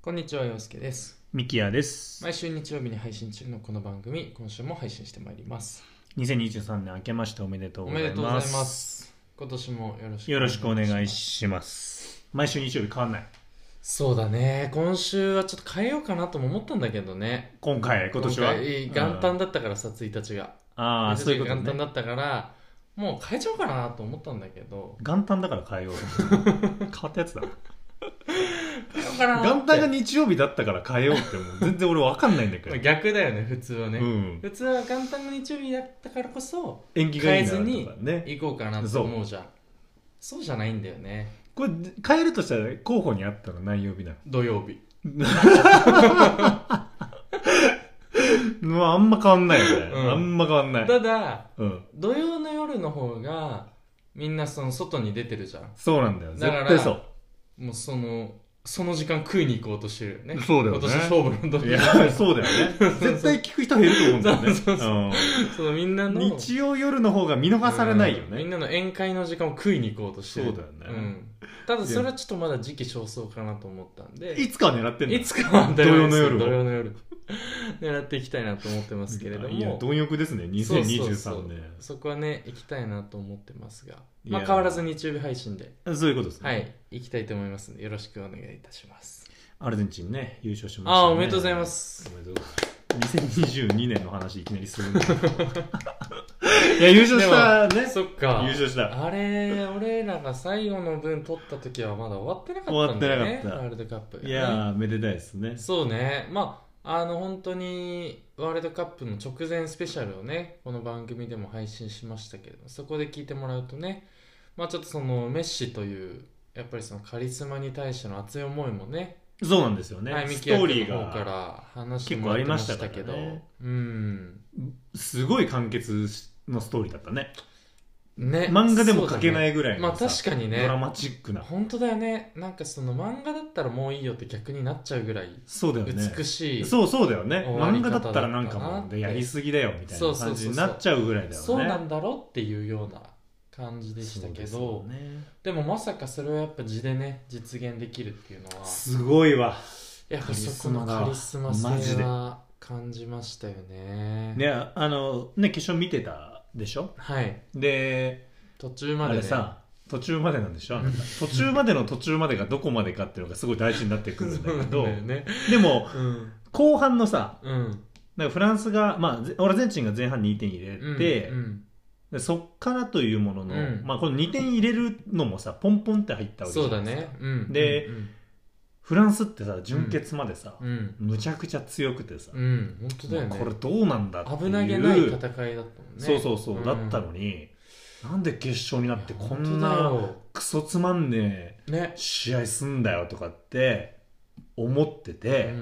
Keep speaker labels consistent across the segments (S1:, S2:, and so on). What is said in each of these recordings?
S1: こんにちは、洋介です。
S2: ミキヤです。
S1: 毎週日曜日に配信中のこの番組、今週も配信してまいります。
S2: 2023年明けましておめでとう
S1: お
S2: ござ
S1: め
S2: い
S1: でと
S2: ます。
S1: うございます。今年もよろしく
S2: よろしくお願いします。毎週日曜日変わんない。
S1: ます。そうだね、今週はちょっと変えようかなとも思ったんだけどね。
S2: 今回、今年は。
S1: 回元旦だ
S2: だ。
S1: ったからさ、1日が。
S2: ああ、そういうこ
S1: 1
S2: と
S1: 日が元旦だ
S2: ね。
S1: ったから、もう変えちゃおうかなと思ったんだけど。
S2: 元旦だから変 えよう。変わったやつだ。
S1: 変えようかなって
S2: 元旦が日曜日だったから変えようって、もう全然俺わかんないんだけど。
S1: 逆だよね、普通はね。
S2: うん。
S1: 普通は元旦が日曜日だったからこそ、
S2: 縁起がいいな
S1: 変えずに
S2: とかね。
S1: 行こうかなと思うじゃん。そうじゃないんだよね。
S2: これ、変えるとしたら候補にあったの何曜日な
S1: 土曜日。
S2: のまあ、あんま変わんないよね。
S1: うん
S2: あんま変わんない。
S1: ただ
S2: うん。
S1: 土曜の夜の方がみんなその外に出てるじゃん
S2: そうなんだよ。
S1: だから
S2: 絶対そう。
S1: もうそのその時間食いに行こうとしてるよね
S2: そうだよね
S1: 今年勝負の時
S2: いや、そうだよね。絶対聞く人減ると思うんだよ
S1: そ
S2: ね。
S1: うそうそそのみんな
S2: うん
S1: の
S2: 日曜夜の方が見逃されないよ
S1: うんみん
S2: ね。
S1: なの宴会の時間を食いに行こうとしてる
S2: そうだよね
S1: んただそれはちょっとまだ時期尚早かなと思ったんで
S2: いつかは狙ってんの
S1: いつかは土曜の夜
S2: 土
S1: 土
S2: 曜
S1: 曜の夜 狙っていきたいなと思ってますけれど
S2: いや、
S1: も
S2: 貪欲ですね、
S1: そうそうそ
S2: 2023
S1: う
S2: 年。
S1: そこはね行きたいなと思ってますが
S2: い
S1: ま
S2: や
S1: あ変わらず日曜日配信で
S2: そういうことですね。
S1: はい、行きたいと思いますので、よろしくお願いいたします。
S2: アルゼンチンね、優勝しましたね。
S1: あーおめでとうございます
S2: おめでとうございます。2022年の話いきなり するんだいや、優勝したね。
S1: そっか
S2: 優。勝した。
S1: あれ、俺らが最後の分取った時はまだ終わってなかったんだよね。
S2: 終わってなかった
S1: ワールドカップがね、
S2: いやー、めでたいですね。
S1: そうね。まあ、あの、本当に、ワールドカップの直前スペシャルをね、この番組でも配信しましたけれども、そこで聞いてもらうとね、まあちょっとその、メッシという、やっぱりそのカリスマに対しての熱い思いもね、
S2: そうなんですよね
S1: はい、。ミ
S2: ス
S1: キ
S2: ト
S1: ヤ
S2: ーリ
S1: 君
S2: ー
S1: の方か
S2: が、
S1: ら話してもらってましたけど、
S2: 結構ありました
S1: うん。
S2: すごい完結のストーリーだったね。
S1: ね、
S2: 漫画でも描けないいぐらい
S1: まあ
S2: のさ
S1: 確かにね
S2: ドラマチックな
S1: 本当だよねなんかその漫画だったらもういいよって逆になっちゃうぐらい
S2: そうだよね
S1: 美しい、
S2: そうそうだよね
S1: 終わり方
S2: 漫画
S1: だ
S2: だ
S1: ったな
S2: ったらなんかもうやりすぎだよみたい
S1: そう
S2: な
S1: そうそう
S2: 感
S1: そう
S2: じになっちゃうぐらいだよね
S1: そうなんだろっていうような感じでしたけ
S2: そ
S1: ど
S2: うですよね
S1: でもまさかそれをやっぱ字でね実現できるっていうのは
S2: すごいわ
S1: やっぱそこのカリスマ性
S2: カリスマだ
S1: は感じましたよね
S2: ねあのね決勝見てたでしょ
S1: はい
S2: で
S1: 途中ま
S2: あ
S1: で、ね、
S2: れさ途中までなんでし ょあなた途中までの途中までがどこまでかっていうのがすごい大事になってく
S1: そう
S2: るんだ
S1: な
S2: け
S1: んだ
S2: ど
S1: よね
S2: でも
S1: うん
S2: 後半のさ
S1: うん
S2: なんかフランスが、まあぜ、オラゼンチンが前半2点入れて、
S1: うん
S2: でそっからというものの、
S1: うん
S2: まあ、この2点入れるのもさポンポンって入ったわけじ
S1: そ
S2: ゃ
S1: う
S2: な
S1: だ
S2: いですか
S1: ねうん
S2: で
S1: うん
S2: フランスってさ準決までさ、
S1: うん、うん
S2: むちゃくちゃ強くてさ、
S1: うん、本当だよね。
S2: これどうなんだっていう
S1: 危なげない戦いだったもんね。
S2: そうそうそう、
S1: ん
S2: だったのになんで決勝になってこん
S1: いや
S2: な
S1: 本
S2: クソつまんね
S1: 当だよね
S2: え。試合すんだよとかって思ってて、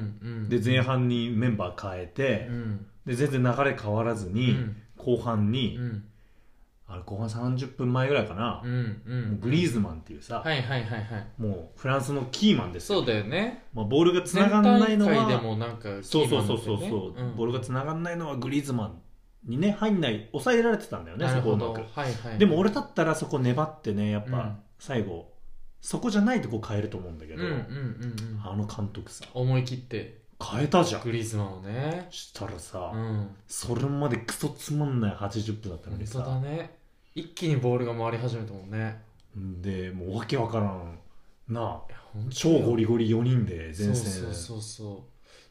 S2: で前半にメンバー変え
S1: で
S2: て
S1: う、ん
S2: で全然流れ変わらず
S1: う
S2: に、
S1: ん
S2: 後半に、
S1: うん
S2: あれ後半30分前ぐらいかな、
S1: うんう
S2: もうんグリーズマンっていうさ、
S1: はいはいはいはい。
S2: もうフランスのキーマンですよ
S1: そうだよね。
S2: まあ、ボールがつながんないの
S1: 全体会で
S2: は
S1: もなんかキ
S2: そう
S1: ー
S2: そ
S1: マ
S2: う
S1: ンだ
S2: そう
S1: った
S2: そ
S1: よ
S2: う
S1: ね、
S2: そう、
S1: ん
S2: ボールがつながんないのはグリーズマンにね入んない抑えられてたんだよね
S1: な
S2: そ
S1: る
S2: こ
S1: ほ
S2: うま
S1: ど。
S2: く
S1: はいはい。
S2: でも、俺だったらそこ粘ってねやっ
S1: うん
S2: ぱ最後、そこじゃないとこ変えると思うんだけ
S1: うん
S2: ど、
S1: うんうんうん。
S2: あの監督さ
S1: 思い切って、
S2: 変えたじゃん
S1: グリーズマンをね。
S2: したらさ、
S1: うん。
S2: それまでクソつまんない80分だったの
S1: 本
S2: に
S1: 当だ
S2: さ、
S1: ね。一気にボールが回り始めたもんね。
S2: でもうわけわからんないあ
S1: や本当
S2: 超
S1: だよ
S2: ゴリゴリ4人で前
S1: そ
S2: 線
S1: うそうそうそ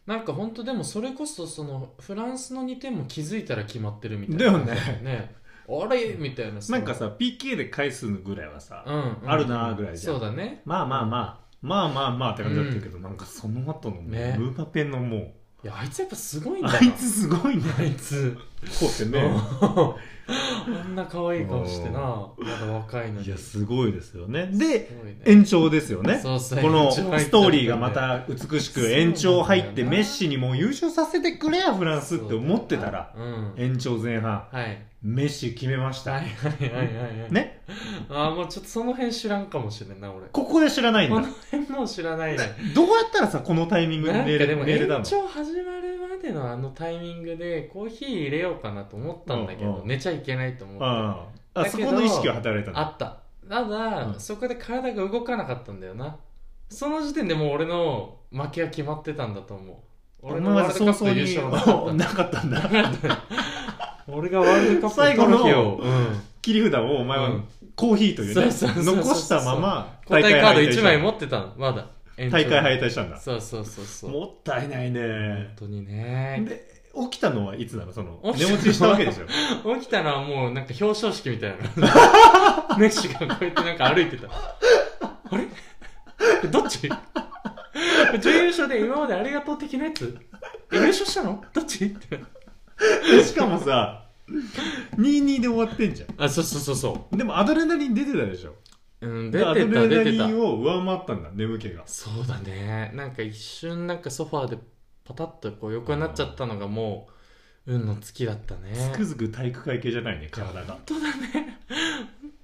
S1: うなんか本当でもそれこそそのフランスの2点も気づいたら決まってるみたいな
S2: だよね
S1: ねあれみたいな
S2: なんかさ PK で返すぐらいはさ、
S1: うんうん、
S2: あるなーぐらいじゃん
S1: そうだね
S2: まあまあまあ、まあまあまあって感じだったけど、なんかその後のもうム
S1: ね
S2: ーバペのも
S1: いやあいつやっぱすごいん
S2: う、
S1: だな
S2: あいつすごいね。
S1: あいつ
S2: こうってね。
S1: あんな可愛い顔してなまだ若いのに、
S2: いや、すごいですよね。です
S1: ごいね
S2: 延長ですよね。
S1: そうそう
S2: この
S1: 延長入っちゃったんだよ
S2: ストーリーがまた美しく延長入ってメッシにもう優勝させてくれやフランスって思ってたら
S1: うんはい
S2: 延長前半
S1: はい
S2: メッシ決めまし
S1: は
S2: た
S1: いはいはいはい
S2: ね
S1: ああもうちょっとその辺知らんかもしれんな俺
S2: ここで知らないん
S1: こ
S2: だ
S1: の辺もう知らないね
S2: どうやったらさこのタイミングで
S1: なん
S2: メ
S1: か
S2: ー
S1: で
S2: ル
S1: も
S2: メールだ
S1: 延
S2: の
S1: 長始まるまでのあのタイミングでコーヒー入れようかなと思ったんだけど、
S2: うんうん
S1: 寝ちゃいけないと思って、
S2: あ
S1: だ
S2: あ
S1: け
S2: そ
S1: ど
S2: この意識は働いたん
S1: あ
S2: だ
S1: ったただ、
S2: うん
S1: そこで体が動かなかったんだよなその時点でもう俺の負けは決まってたんだと思う俺の
S2: 思
S1: ワ
S2: わ
S1: ー
S2: ず
S1: ルドカップの優
S2: 早
S1: 勝は
S2: 々に
S1: な
S2: なかったんだ。
S1: かった俺がワールドカップのトロフィーを、うん
S2: 切り札をお前
S1: う
S2: は
S1: ん
S2: コーヒーというね、
S1: そうそうそうそう
S2: 残したまま
S1: 交代カード
S2: 敗退し
S1: 1
S2: た
S1: 枚持ってたのまだ延長
S2: 大会敗退したんだ。
S1: そうそうそうそう
S2: もったいない
S1: 本
S2: ね。
S1: 当にね
S2: で、起きたのはいつなのその、
S1: 起きた
S2: 寝
S1: のは
S2: 落ちしたわけでしょ。
S1: 起きたらもうなんか表彰式みたい なメッシがこうやってなんか歩いてたあれどっち準優勝で今までありがとう的なやつ優勝したのどっちって
S2: でしかもさ、2-2で終わってんじゃ
S1: あそうそうそうそ
S2: ん。でもアドレナリン出てたでしょ。
S1: う、うん、
S2: で
S1: 出てた
S2: アドレ
S1: 出
S2: ナ
S1: て
S2: リ
S1: た
S2: ンを上回ったんだ、眠気が。
S1: そうだねなんか一瞬なんかソファーでパタッとこう横になっちゃったのがもう運の尽きだったね
S2: つくづく体育会系じゃないね、
S1: いや
S2: 体が
S1: 本。当だね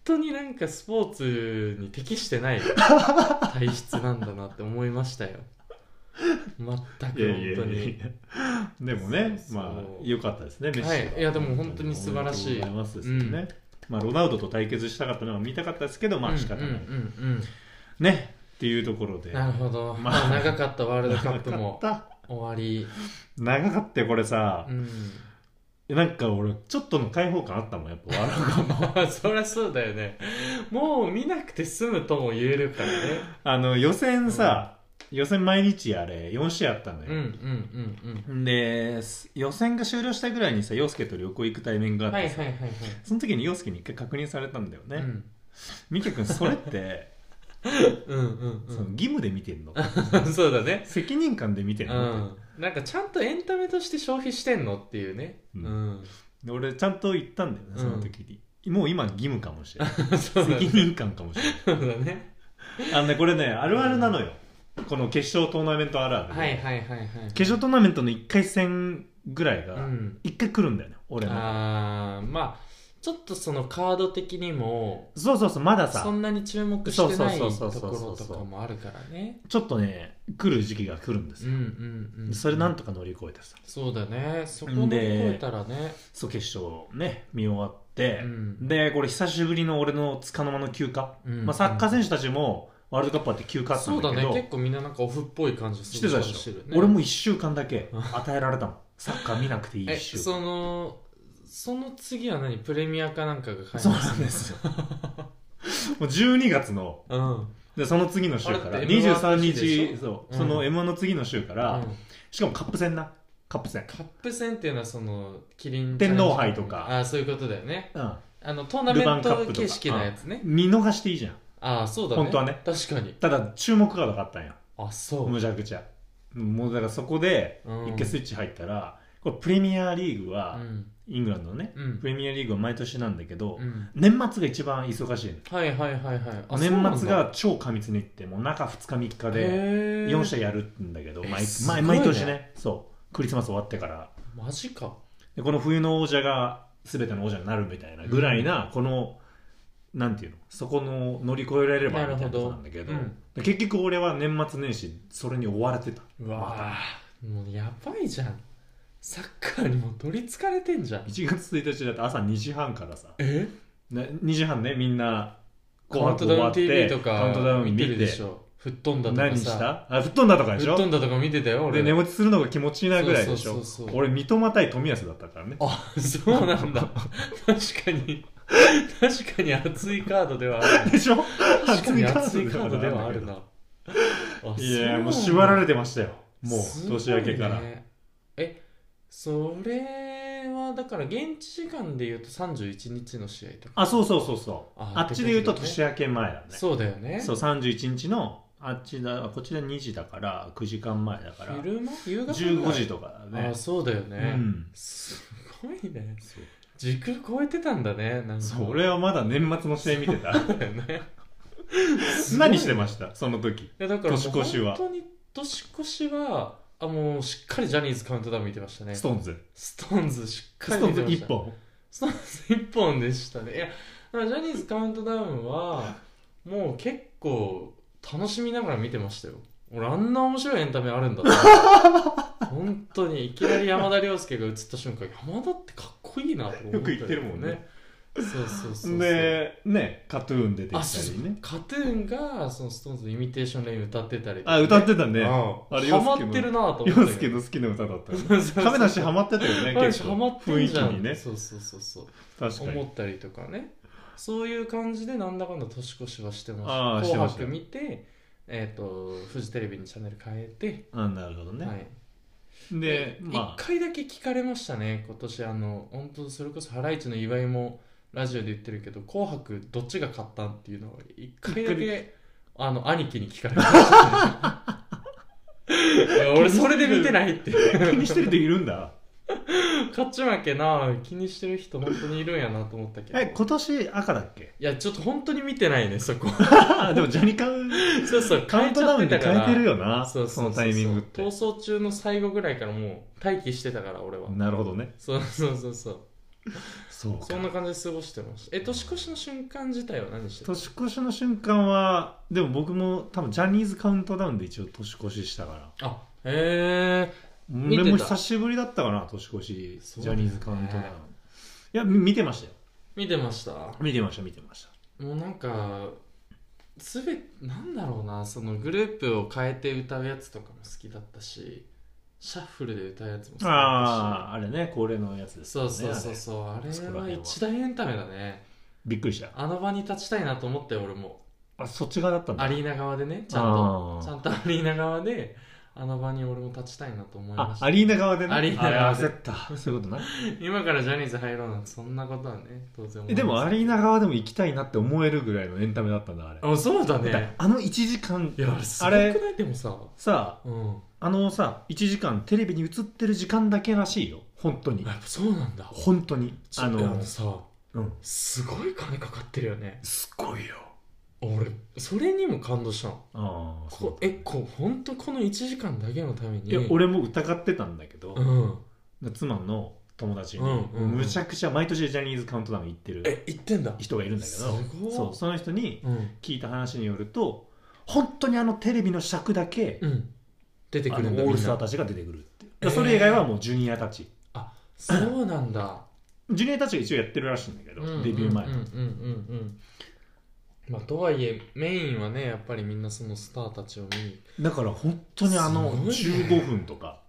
S1: 本当になんかスポーツに適してない体質なんだなって思いましたよ全く本
S2: いやいやい
S1: 当
S2: や
S1: に
S2: いや でもね
S1: そうそう
S2: まあ良かったですねメッシ
S1: はいいやでも本当に素晴らしい
S2: ありがとうございますですね、
S1: うん
S2: まあロナウドと対決したかったのは見たかったですけどまあ仕方ない、
S1: うんうん
S2: ねっていうところで
S1: うんなるほど、
S2: ま
S1: ま
S2: あ
S1: あ、長かったワールドカップも
S2: 長かっ
S1: 終わり、
S2: た長かったよこれさ
S1: う、ん、
S2: なんか俺ちょっとの開放感あったもんやっぱワールドカップ
S1: そりゃそうだよねもう見なくて済むとも言えるからね
S2: あの予選さ、予選毎日あれ4試合あったの
S1: うんうん
S2: よ、
S1: うん
S2: です予選が終了したぐらいにさ陽介と旅行行くタイミング
S1: う
S2: が
S1: ん
S2: あ
S1: は
S2: っ
S1: い
S2: て
S1: はい
S2: さ、
S1: はいはい
S2: その時に陽介に一回確認されたんだよね、
S1: うん
S2: みきゃくんそれって
S1: うんうん
S2: その義務で見てんの
S1: うんそうだね
S2: 責任感で見てんの、
S1: うん、なんかちゃんとエンタメとして消費してんのっていうね、
S2: う
S1: うんん、
S2: で俺ちゃんと言ったんだよねその時に、もう今義務かもしれない
S1: そうだ
S2: 責
S1: ね
S2: 任感かもしれ
S1: そうだね
S2: ないあのねこれねあるあるなのよ、この決勝トーナメントあるあるで、
S1: はいはいはいはい
S2: 決勝トーナメントの1回戦ぐらいうが
S1: ん、
S2: 1回来るんだよね俺の
S1: あーまあちょっとそのカード的にも
S2: そうそうそうまだ
S1: そ
S2: さ
S1: んなに注目してない
S2: そう
S1: と
S2: そうそうそうそう
S1: ころとかもあるからね
S2: ちょっとね来る時期が来るんです
S1: うん
S2: よ、
S1: うんうん
S2: それなんとか乗り越えてさ
S1: そうだねそこ乗り越えたらね
S2: そう決勝ね見終わって、
S1: うん
S2: でこれ久しぶりの俺のつかの間の休暇、
S1: うん
S2: まあ、サッカー選手たちもワールドカップあって休暇あった
S1: そ
S2: ん
S1: うだ
S2: だけ
S1: ね
S2: ど、
S1: 結構みんななんかオフっぽい感じ
S2: し
S1: す
S2: て
S1: る
S2: た
S1: 感
S2: でし
S1: じ
S2: ょ
S1: してるね
S2: 俺も1週間だけ与えられたもんサッカー見なくていい1
S1: え
S2: 週間
S1: そのその次は何プレミアかなんかが買い
S2: そうなんですよ もう12月の
S1: うん
S2: でその次の週から
S1: あれって M1
S2: 23
S1: で
S2: 日
S1: し
S2: そううその
S1: うん
S2: m 1の次の週から、
S1: うん
S2: しかもカップ戦なカップ戦、
S1: カップ戦っていうのはそのキリン
S2: 天皇杯とか
S1: ああそういうことだよね
S2: うん、
S1: あのトーナメント形式のやつね
S2: 見逃していいじゃん
S1: ああそうだね
S2: 本当はね
S1: 確かに
S2: ただ注目がなかったんや
S1: あそう
S2: むちゃくちゃもうだからそこで
S1: うん
S2: 一回スイッチ入ったら、これプレミアリーグ
S1: う
S2: は、
S1: ん
S2: イングランドのね、
S1: うん
S2: プレミアリーグは毎年なんだけど、
S1: うん
S2: 年末が一番忙しいの
S1: はいはいはいはいあそ
S2: 年末
S1: うなんだ
S2: が超過密に行ってもう中2日3日で
S1: へえ
S2: 4社やるんだけど
S1: えー
S2: 毎
S1: すごいね
S2: 毎毎年ねそうクリスマス終わってから
S1: マジか
S2: でこの冬の王者が全ての王者になるみたいなぐらいな、このなんていうのそこの乗り越えられればみ
S1: なるほ
S2: たいな
S1: ど
S2: ことなんだけど
S1: うん
S2: で結局俺は年末年始それに追われてた
S1: うわあもうやばいじゃんサッカーにもう取りつかれてんじゃん
S2: 1月1日だって朝2時半からさ
S1: え
S2: な2時半ねみんな
S1: カウントダウン TV とか
S2: カウントダウン
S1: 見
S2: 見
S1: て
S2: て
S1: るでしょ吹っ飛んだとか
S2: 何し
S1: さ
S2: たあ吹っ飛んだとかでし
S1: 吹っ
S2: ょ
S1: 飛んだとか見てたよ
S2: で
S1: 俺
S2: 寝落ちするのが気持ちいいなぐらいでし
S1: そう
S2: ょ
S1: そうそうそう
S2: 俺三笘対冨安だったからね
S1: あそうなんだ確かに確かに熱いカードではある
S2: でしょ
S1: 確かに熱いカードではあるなあ
S2: いや
S1: そ
S2: もう縛ら
S1: れ
S2: れてましたよもう年明けから、
S1: えそれはだから現地時間で言うと31日の試合とか
S2: あそうそうそうそう
S1: あ
S2: あっちで言うと
S1: ってことね
S2: 年明け前だね
S1: そうだよね
S2: そう31日のあっちだこっちで2時だから9時間前だから
S1: 昼間夕方ぐらい
S2: 15時とかだね
S1: あそうだよね、
S2: うん
S1: すごいね
S2: そう
S1: 時空超えてたんだねなんか
S2: そう俺はまだ年末の試合見てた
S1: だよね
S2: 何してましたその時
S1: いやだからもう
S2: 年越しは
S1: 本当に年越しはあもうしっかりジャニーズカウントダウン見てましたね
S2: ス
S1: ス
S2: トーンズ
S1: トーンズしっか
S2: ス
S1: り
S2: トー
S1: 見
S2: ン
S1: てま
S2: ズ
S1: した
S2: 1本
S1: ストーンズ1本でしたねいやだからジャニーズカウントダウンはもう結構楽しみながら見てましたよ俺あんな面白いエンタメある んだって本当にいきなり山田涼介が映った瞬間山田ってかっこいいなと思った
S2: よく言ってるもんね
S1: そうそうそうそう
S2: でねカトゥーン出て
S1: あ
S2: き
S1: そう
S2: たり
S1: そう
S2: ね
S1: カトゥーンがそのストーンズのイミテーションレイン歌ってたりとか
S2: あ歌ってたね
S1: うん
S2: あれ
S1: ハマってるなと思
S2: 洋
S1: って
S2: 介の好きな歌だ ったね
S1: そうそうそう
S2: 亀梨ハマってたよね
S1: 亀梨
S2: 結
S1: ハ
S2: 構
S1: マって
S2: 雰
S1: ん
S2: 囲気
S1: じゃん
S2: にね
S1: そうそうそうそう
S2: 確か
S1: 思
S2: に
S1: ったりとかねそういう感じでなんだかんだ年越しはしてました
S2: あーして
S1: 紅
S2: ました
S1: 白見てえっ、とフジテレビにチャンネル変えて、
S2: あなるほどね、
S1: はい、
S2: で
S1: 一
S2: まあ
S1: 回だけ聞かれましたね今年あの本当それこそハライチの祝いもラジオで言ってるけど「紅白どっちが勝ったん?」っていうのを一回だ
S2: 一
S1: けあの兄貴に聞かれました、ね、い や俺それで見てないって
S2: 気にしてる人いるんだ
S1: 勝ち負けな気にしてる人本当にいるんやなと思ったけど
S2: え今年赤だっ け
S1: いやちょっと本当に見てないね そこ
S2: でもジャニカン
S1: そうそう
S2: カウントダウンで変えてるよな
S1: そうそう
S2: そうのタイミングって
S1: 逃走中の最後ぐらいからもう待機してたから俺は
S2: なるほどね
S1: そうそうそうそう
S2: そうか
S1: そんな感じで過ごしてましたえ年越しの瞬間自体は何してた
S2: 年越しの瞬間はでも僕も多分ジャニーズカウントダウンで一応年越ししたから
S1: あへえ見てた
S2: 俺も久しぶりだったかな年越しジ
S1: そうだ
S2: ャ
S1: よね
S2: ニーズカウントダウンいやみ見てましたよ
S1: 見てましたも
S2: 見てました見てました
S1: うなんかすべなんだろうなそのグループを変えて歌うやつとかも好きだったしシャッフルで歌うやつも好きだった
S2: あああれね恒例のやつで
S1: し
S2: す
S1: そ
S2: よ
S1: う
S2: ね
S1: そうそう
S2: あれ
S1: そうあれ
S2: そこら
S1: は
S2: 辺は
S1: 一大エンタメだね
S2: びっくりした
S1: あの場に立ちたいなと思ったよ俺も
S2: あそっち側だったんだ
S1: アリーナ側でねちゃんと
S2: あー
S1: ちゃんとアリーナ側であの場に俺も立ちたいなと思いま
S2: あ
S1: した
S2: アリーナ側でね
S1: アリーナ側で
S2: あれ焦ったそういうことな
S1: 今からジャニーズ入ろうなんてそんなことはね当然思
S2: え
S1: います
S2: でもアリーナ側でも行きたいなって思えるぐらいのエンタメだったんだあれ
S1: あそうだ
S2: だ
S1: ね
S2: あの1時間
S1: いやあれすご
S2: あ
S1: くな
S2: れ
S1: いでもさ
S2: さ
S1: うん
S2: あのさ1時間テレビに映ってる時間だけらしいよ本当に
S1: やっぱそうなんだ
S2: 本当に
S1: ちょ
S2: あ
S1: いや
S2: の、
S1: さ
S2: うん、
S1: すごい金かかってるよね
S2: すごいよ
S1: 俺それにも感動したの
S2: ああ
S1: こえこう本当この1時間だけのために
S2: いや俺も疑ってたんだけど
S1: う、ん
S2: 妻の友達に、
S1: うんうんうん
S2: むちゃくちゃ毎年ジャニーズカウントダウン行ってる
S1: え言ってんだ
S2: 人がいるんだけど
S1: すごい
S2: そうその人に
S1: うん
S2: 聞いた話によると本当にあのテレビの尺だけ、
S1: うん出て
S2: あ
S1: く
S2: の
S1: るんだ
S2: オー
S1: み
S2: ル
S1: ん
S2: スター
S1: な
S2: たちが出てくるって、
S1: えー
S2: それ以外はもうジュニアたち
S1: そうなんだ
S2: ジュニアたちが一応やってるらしいんだけど、
S1: うん
S2: デビュー前、
S1: うんうんうんうんうんまあとはいえメインはねやっぱりみんなそのスターたちを見に
S2: だから本当にあの
S1: すごいね
S2: 15分とか、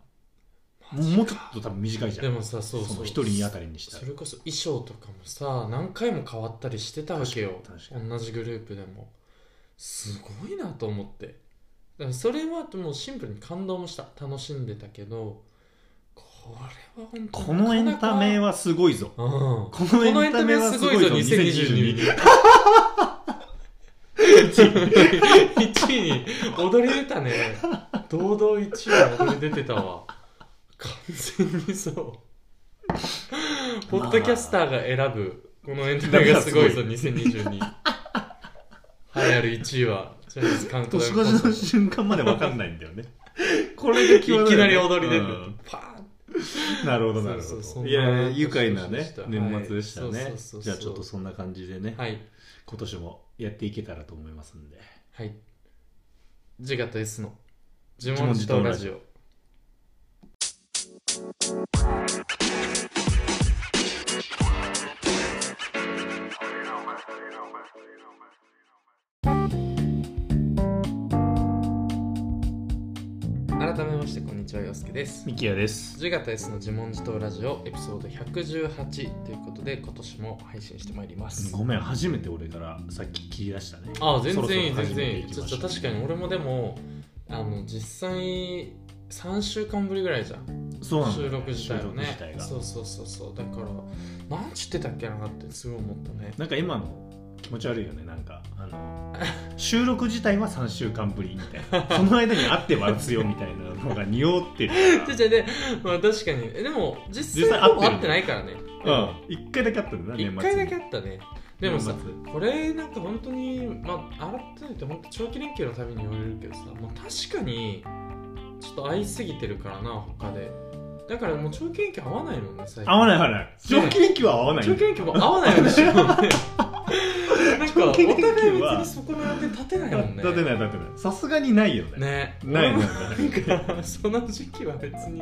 S2: もうちょっと多分短いじゃん
S1: でもさそう
S2: そ
S1: そ
S2: の
S1: う
S2: 一人に当たりにした
S1: そ
S2: ら
S1: れこそ衣装とかもさ何回も変わったりしてたわけよ
S2: 確かに確か
S1: 同じグループでもすごいなと思ってだからそれはもうシンプルに感動もした楽しんでたけどこれは本当
S2: このエンタメ
S1: は
S2: はすごいぞ
S1: うん
S2: この
S1: エンタメはすごいぞ2022 1位に踊り出たね堂々1位に踊り出てたわ完全にそうポッドキャスターが選ぶこのエンタメがすごいぞ2022流行る1位はジャニーズカウントダウ
S2: 年
S1: ン
S2: 越しの瞬間までわかんないんだ よねこれで際
S1: い
S2: ど
S1: き
S2: よ
S1: な
S2: ね
S1: り踊り出て
S2: うん
S1: パーン
S2: なるほどなる
S1: そ
S2: ほ
S1: うそうそんな
S2: ど
S1: い
S2: や愉快な
S1: 年越しで
S2: ね
S1: した
S2: 年末でした
S1: はい
S2: ね
S1: そうそうそうそう
S2: じゃあちょっとそんな感じでね
S1: はい
S2: 今年もやっていけたらと思いますんで
S1: はい自我と S の自問自答ラジオ改めましてこんにちは陽介です
S2: ミキヤです
S1: 自我と S の自問自答ラジオエピソード118ということで今年も配信してまいります
S2: ごめん初めて俺からさっき切り出したね
S1: ああ全然いい
S2: そろそろ
S1: 全
S2: 始め
S1: 然
S2: て
S1: いいち
S2: き
S1: ょ
S2: ま
S1: っ
S2: しょ
S1: と
S2: う
S1: 確かに俺もでもあの実際3週間ぶりぐらいじゃん
S2: そうなんだ
S1: 収
S2: よね
S1: 録自体
S2: 収
S1: は
S2: 録
S1: ね
S2: 自体が
S1: そうそうそうそうだからなんちってたっけなってすごい思ったね
S2: なんか今の気持ち悪いよねなんか あの収録自体は3週間ぶりみたいなその間に会ってますよみたいなのが匂ってる か
S1: じゃじ
S2: ら
S1: ゃで、まあ、確かにえでも実
S2: 実
S1: 際
S2: 際
S1: は
S2: 会ってる
S1: 会ってないからね
S2: うん、1回だけあったんだな年末
S1: 1回だけあったねでもさ
S2: 年末
S1: これなんか本当にまあ改めて本当長期連休のために言われるけどさもう確かにちょっと合いすぎてるからな他でだからもう長期連休合わないもんね最近
S2: 合わない合わない
S1: そう
S2: 上近期は合わない
S1: 長距離も合わないよねし かもねなんかお互い
S2: 長距離級
S1: 別
S2: は
S1: にそこの予定立てないもんね
S2: 立てない立てないさすがにないよね
S1: ね
S2: ないない
S1: なんかその時期は別に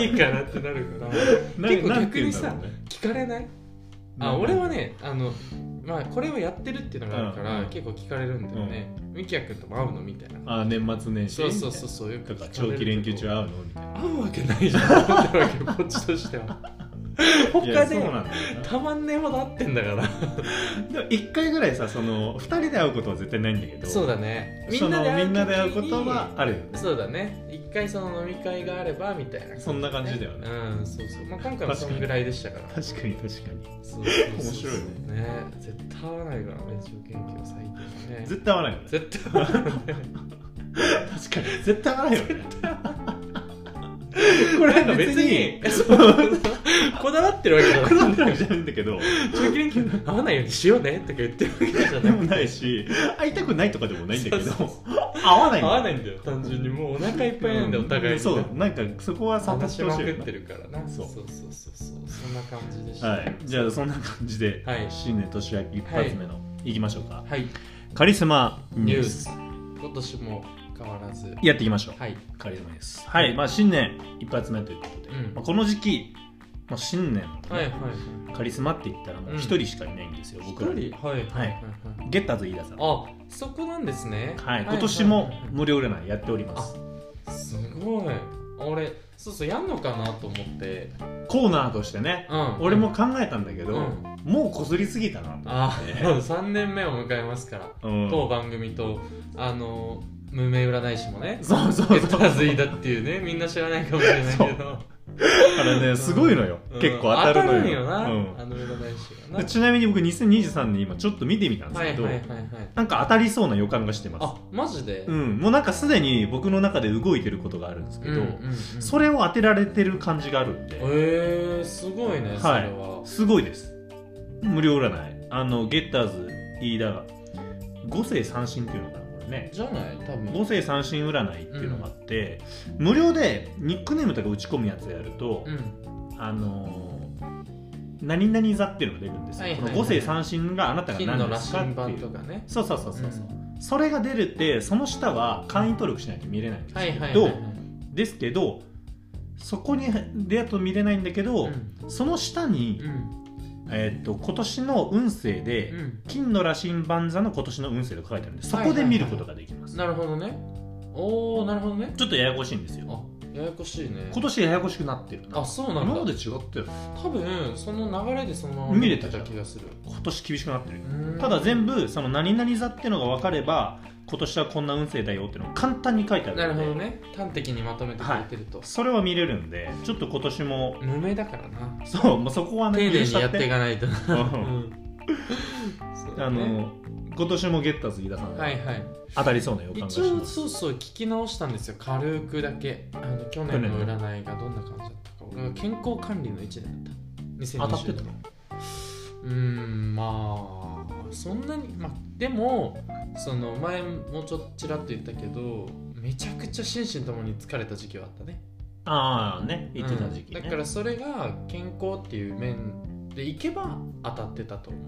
S1: いいかなってなるから
S2: ない
S1: 結構
S2: なんて
S1: 逆
S2: 言う
S1: に
S2: んだ
S1: さ
S2: ろうね
S1: 聞かれないあ俺はねあの、まあ、これをやってるっていうのがあるから、
S2: うん
S1: 結構聞かれるんだよね「みきやくんとも会うの?」みたいな
S2: あ年末年始
S1: そうそうそう
S2: う
S1: そうよく
S2: と
S1: 聞か
S2: か
S1: れるけど
S2: 長期連休中会うのみたいな
S1: 会うわけないじゃんって思ってるわけよこっちとして は他
S2: いやそう
S1: で
S2: なんだよな
S1: たまんねえほど会ってんだから
S2: でも1回ぐらいさその2人で会うことは絶対ないんだけど
S1: そうだねみ
S2: そ
S1: んな
S2: の
S1: で会
S2: み
S1: うん
S2: なで会うこ
S1: 時に
S2: とはあるよね
S1: そうだね一回その飲み会があればみたいな
S2: そんな感じだよね
S1: うんそうそうまあ今回もそんぐらいでしたから
S2: 確かに確か
S1: そ
S2: に
S1: うそうそう
S2: 面白いね
S1: ね絶対合わないからね上研究最低だね
S2: 絶対会わないよね
S1: 絶対合わないね
S2: 確かに絶対会わないよね
S1: これなんか
S2: 別
S1: 別に
S2: に
S1: こだわってるわけじゃ
S2: こだわ
S1: な
S2: ってるわけ
S1: い
S2: じゃないんだけど
S1: 長期連休合わないようにしようねとか言ってるわけじゃ
S2: で
S1: な
S2: も
S1: い
S2: ないし会いたくないとかでもないんだけど
S1: そうそう
S2: 合わないん
S1: 合
S2: だよ
S1: わないんだよ単純にもうお腹いっぱいなんだよお互いに
S2: そうなんかそこは察
S1: 話
S2: し
S1: して
S2: ほ
S1: ま
S2: しい
S1: く
S2: よ
S1: ってるからな
S2: そう
S1: そうそうそうそうそんな感じでした
S2: なはいじゃあそんな感じで、
S1: はい
S2: 新年年明け一発目の、い、きましょうか
S1: はい
S2: カリスマニ
S1: ニ
S2: ュ
S1: ュ
S2: ー
S1: ー
S2: ス
S1: ス今年も変わらず
S2: やっていきましょう、
S1: はい
S2: カリスマですはいまあ新年一発目ということで、
S1: うん
S2: まあ、この時期、まあ、新年のね、
S1: はいはい
S2: カリスマって言ったらもう
S1: うん
S2: 一人しかいないんですよ、僕ら
S1: 一人はいはいはいはい
S2: ゲッターズ飯田さん
S1: あそこなんですね
S2: はい、今年
S1: は
S2: も
S1: いはい
S2: 無料占いやっております
S1: すごい俺そうそうやんのかなと思って
S2: コーナーとしてね、
S1: うん
S2: 俺も考えたんだけ
S1: う
S2: ど、
S1: ん
S2: もうこすりすぎたなと
S1: あ
S2: ね
S1: 3年目を迎えますから
S2: うん
S1: 当番組とあの無名占い師もね
S2: そうそうそう
S1: ゲッターズイだっていうねみんな知らないかもしれないけど
S2: あれねすごいのよ、
S1: うん
S2: 結構当たる
S1: 当
S2: のよ
S1: たるんよな、
S2: うん
S1: あの占い師が
S2: で
S1: な
S2: ちなみに僕2023年今ちょっと見てみたんです
S1: は
S2: け
S1: い
S2: ど、
S1: はいはいはい
S2: なんか当たりそうな予感がしてます
S1: あマジで、
S2: うんもうなんかすでに僕の中で動いてることがあるんですけ
S1: うん
S2: ど、
S1: うんうん
S2: それを当てられてる感じがあるんで、
S1: えー、すごいね、
S2: はい
S1: それは
S2: すごいです無料占いあのゲッターズ飯田が五世三神っていうのかなこれね
S1: じゃない多分
S2: 五世三神占いっていうのがあって、無料でニックネームとか打ち込むやつやると、
S1: うん
S2: あのー何々座っていうのが出るんですよ、
S1: はいはいはい
S2: この五世三神があなたが
S1: 金の
S2: 何で
S1: 羅
S2: すか
S1: 針
S2: って
S1: 盤
S2: い
S1: と
S2: う
S1: かね
S2: そうそうそうそうそう、
S1: う
S2: それが出るってその下は会員登録しないと見れないんです
S1: は
S2: け
S1: い
S2: ど、
S1: はいはいはい
S2: ですけどそこに出会うと見れないんだけ
S1: う
S2: ど、
S1: ん
S2: その下に、
S1: うん
S2: えーっと今年の運勢で、
S1: うん
S2: 金の羅針盤座の今年の運勢と書いてあるんでそこで見ることができます、
S1: なるほどねおおなるほどね
S2: ちょっとややこしいんですよ
S1: あややこしいね
S2: 今年ややこしくなってるな
S1: あそうなん
S2: 今
S1: だ
S2: まで違ったよ
S1: 多分その流れでそのまま
S2: 見れたじゃん
S1: 気がする
S2: 今年厳しくなってる
S1: うん
S2: ただ全部その何々座ってのが分かれば今年はこんな運勢だよっていうのが簡単に書いてある
S1: なる
S2: ん
S1: ほ
S2: で
S1: どね端的にまとめてくれてると、
S2: それは見れるんでちょっと今年も
S1: 無名だからな
S2: そうもうそこはね
S1: 丁寧
S2: 許し
S1: に
S2: ちゃ
S1: やっていかないとな
S2: う
S1: うんんそう
S2: あ
S1: だね
S2: の今年もゲッターズ飯田さんが
S1: はいはい
S2: 当たりそうな予感がし
S1: 一
S2: ま
S1: 応
S2: す
S1: そうそう聞き直したんですよ軽くだけあの去年の占いがどんな感じだったか俺は健康管理の一年だった
S2: 当たって
S1: 2020
S2: た
S1: 年
S2: の
S1: うーんまあそんなにまあでもその前もちょっとちらっと言ったけどめちゃくちゃ心身ともに疲れた時期はあったね
S2: ああね言ってた時期ね、
S1: うんだからそれが健康っていう面でいけば当たってたと思う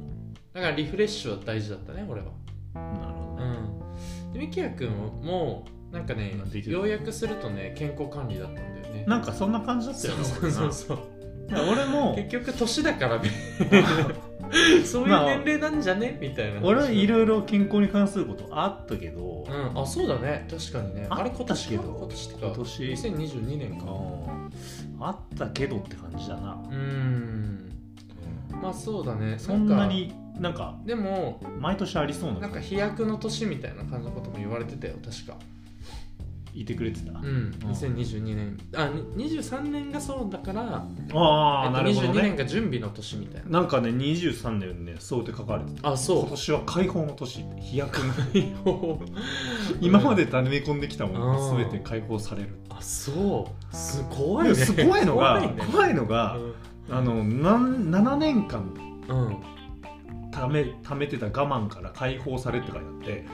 S1: だからリフレッシュは大事だったね俺は
S2: なるほど
S1: う
S2: ね
S1: んでみきやくんもなんかね
S2: なんて言ってた
S1: 要約するとね健康管理だったんだよね
S2: なんかそんな感じだった
S1: そう
S2: よね
S1: そうそうそう
S2: 俺ないや俺も
S1: 結局年だから ねそういう年齢なんじゃねみたいな話
S2: 俺はいろいろ健康に関することあったけど、
S1: うん、あそうだね確かにね
S2: あ
S1: あれ
S2: った
S1: 今年
S2: け
S1: け
S2: ど
S1: ど今年ってか
S2: 今年
S1: 2022年か
S2: あったけどって感じだな
S1: う、ーんまあそうだね
S2: そんな
S1: か
S2: になんか
S1: でも
S2: 毎年ありそうな
S1: なんか飛躍の年みたいな感じのことも言われてたよ確か
S2: いてくれてた、
S1: うん2022年あに23年がそうだから
S2: ああな
S1: え
S2: る
S1: っ
S2: ほ
S1: と、
S2: ど
S1: 22年
S2: ね
S1: が準備の年みたいな
S2: なんかね23年ねそうって書かれてた
S1: あ
S2: 今
S1: そ
S2: 年は解放の年って飛躍の
S1: う
S2: 今まで溜め込んできたもの
S1: うん
S2: が全て解放される
S1: あそうす怖いね
S2: すごいのが怖い,、
S1: ね
S2: のが、あのなん7年間
S1: うん、うん、
S2: ためためてた我慢から解放されって書いてあって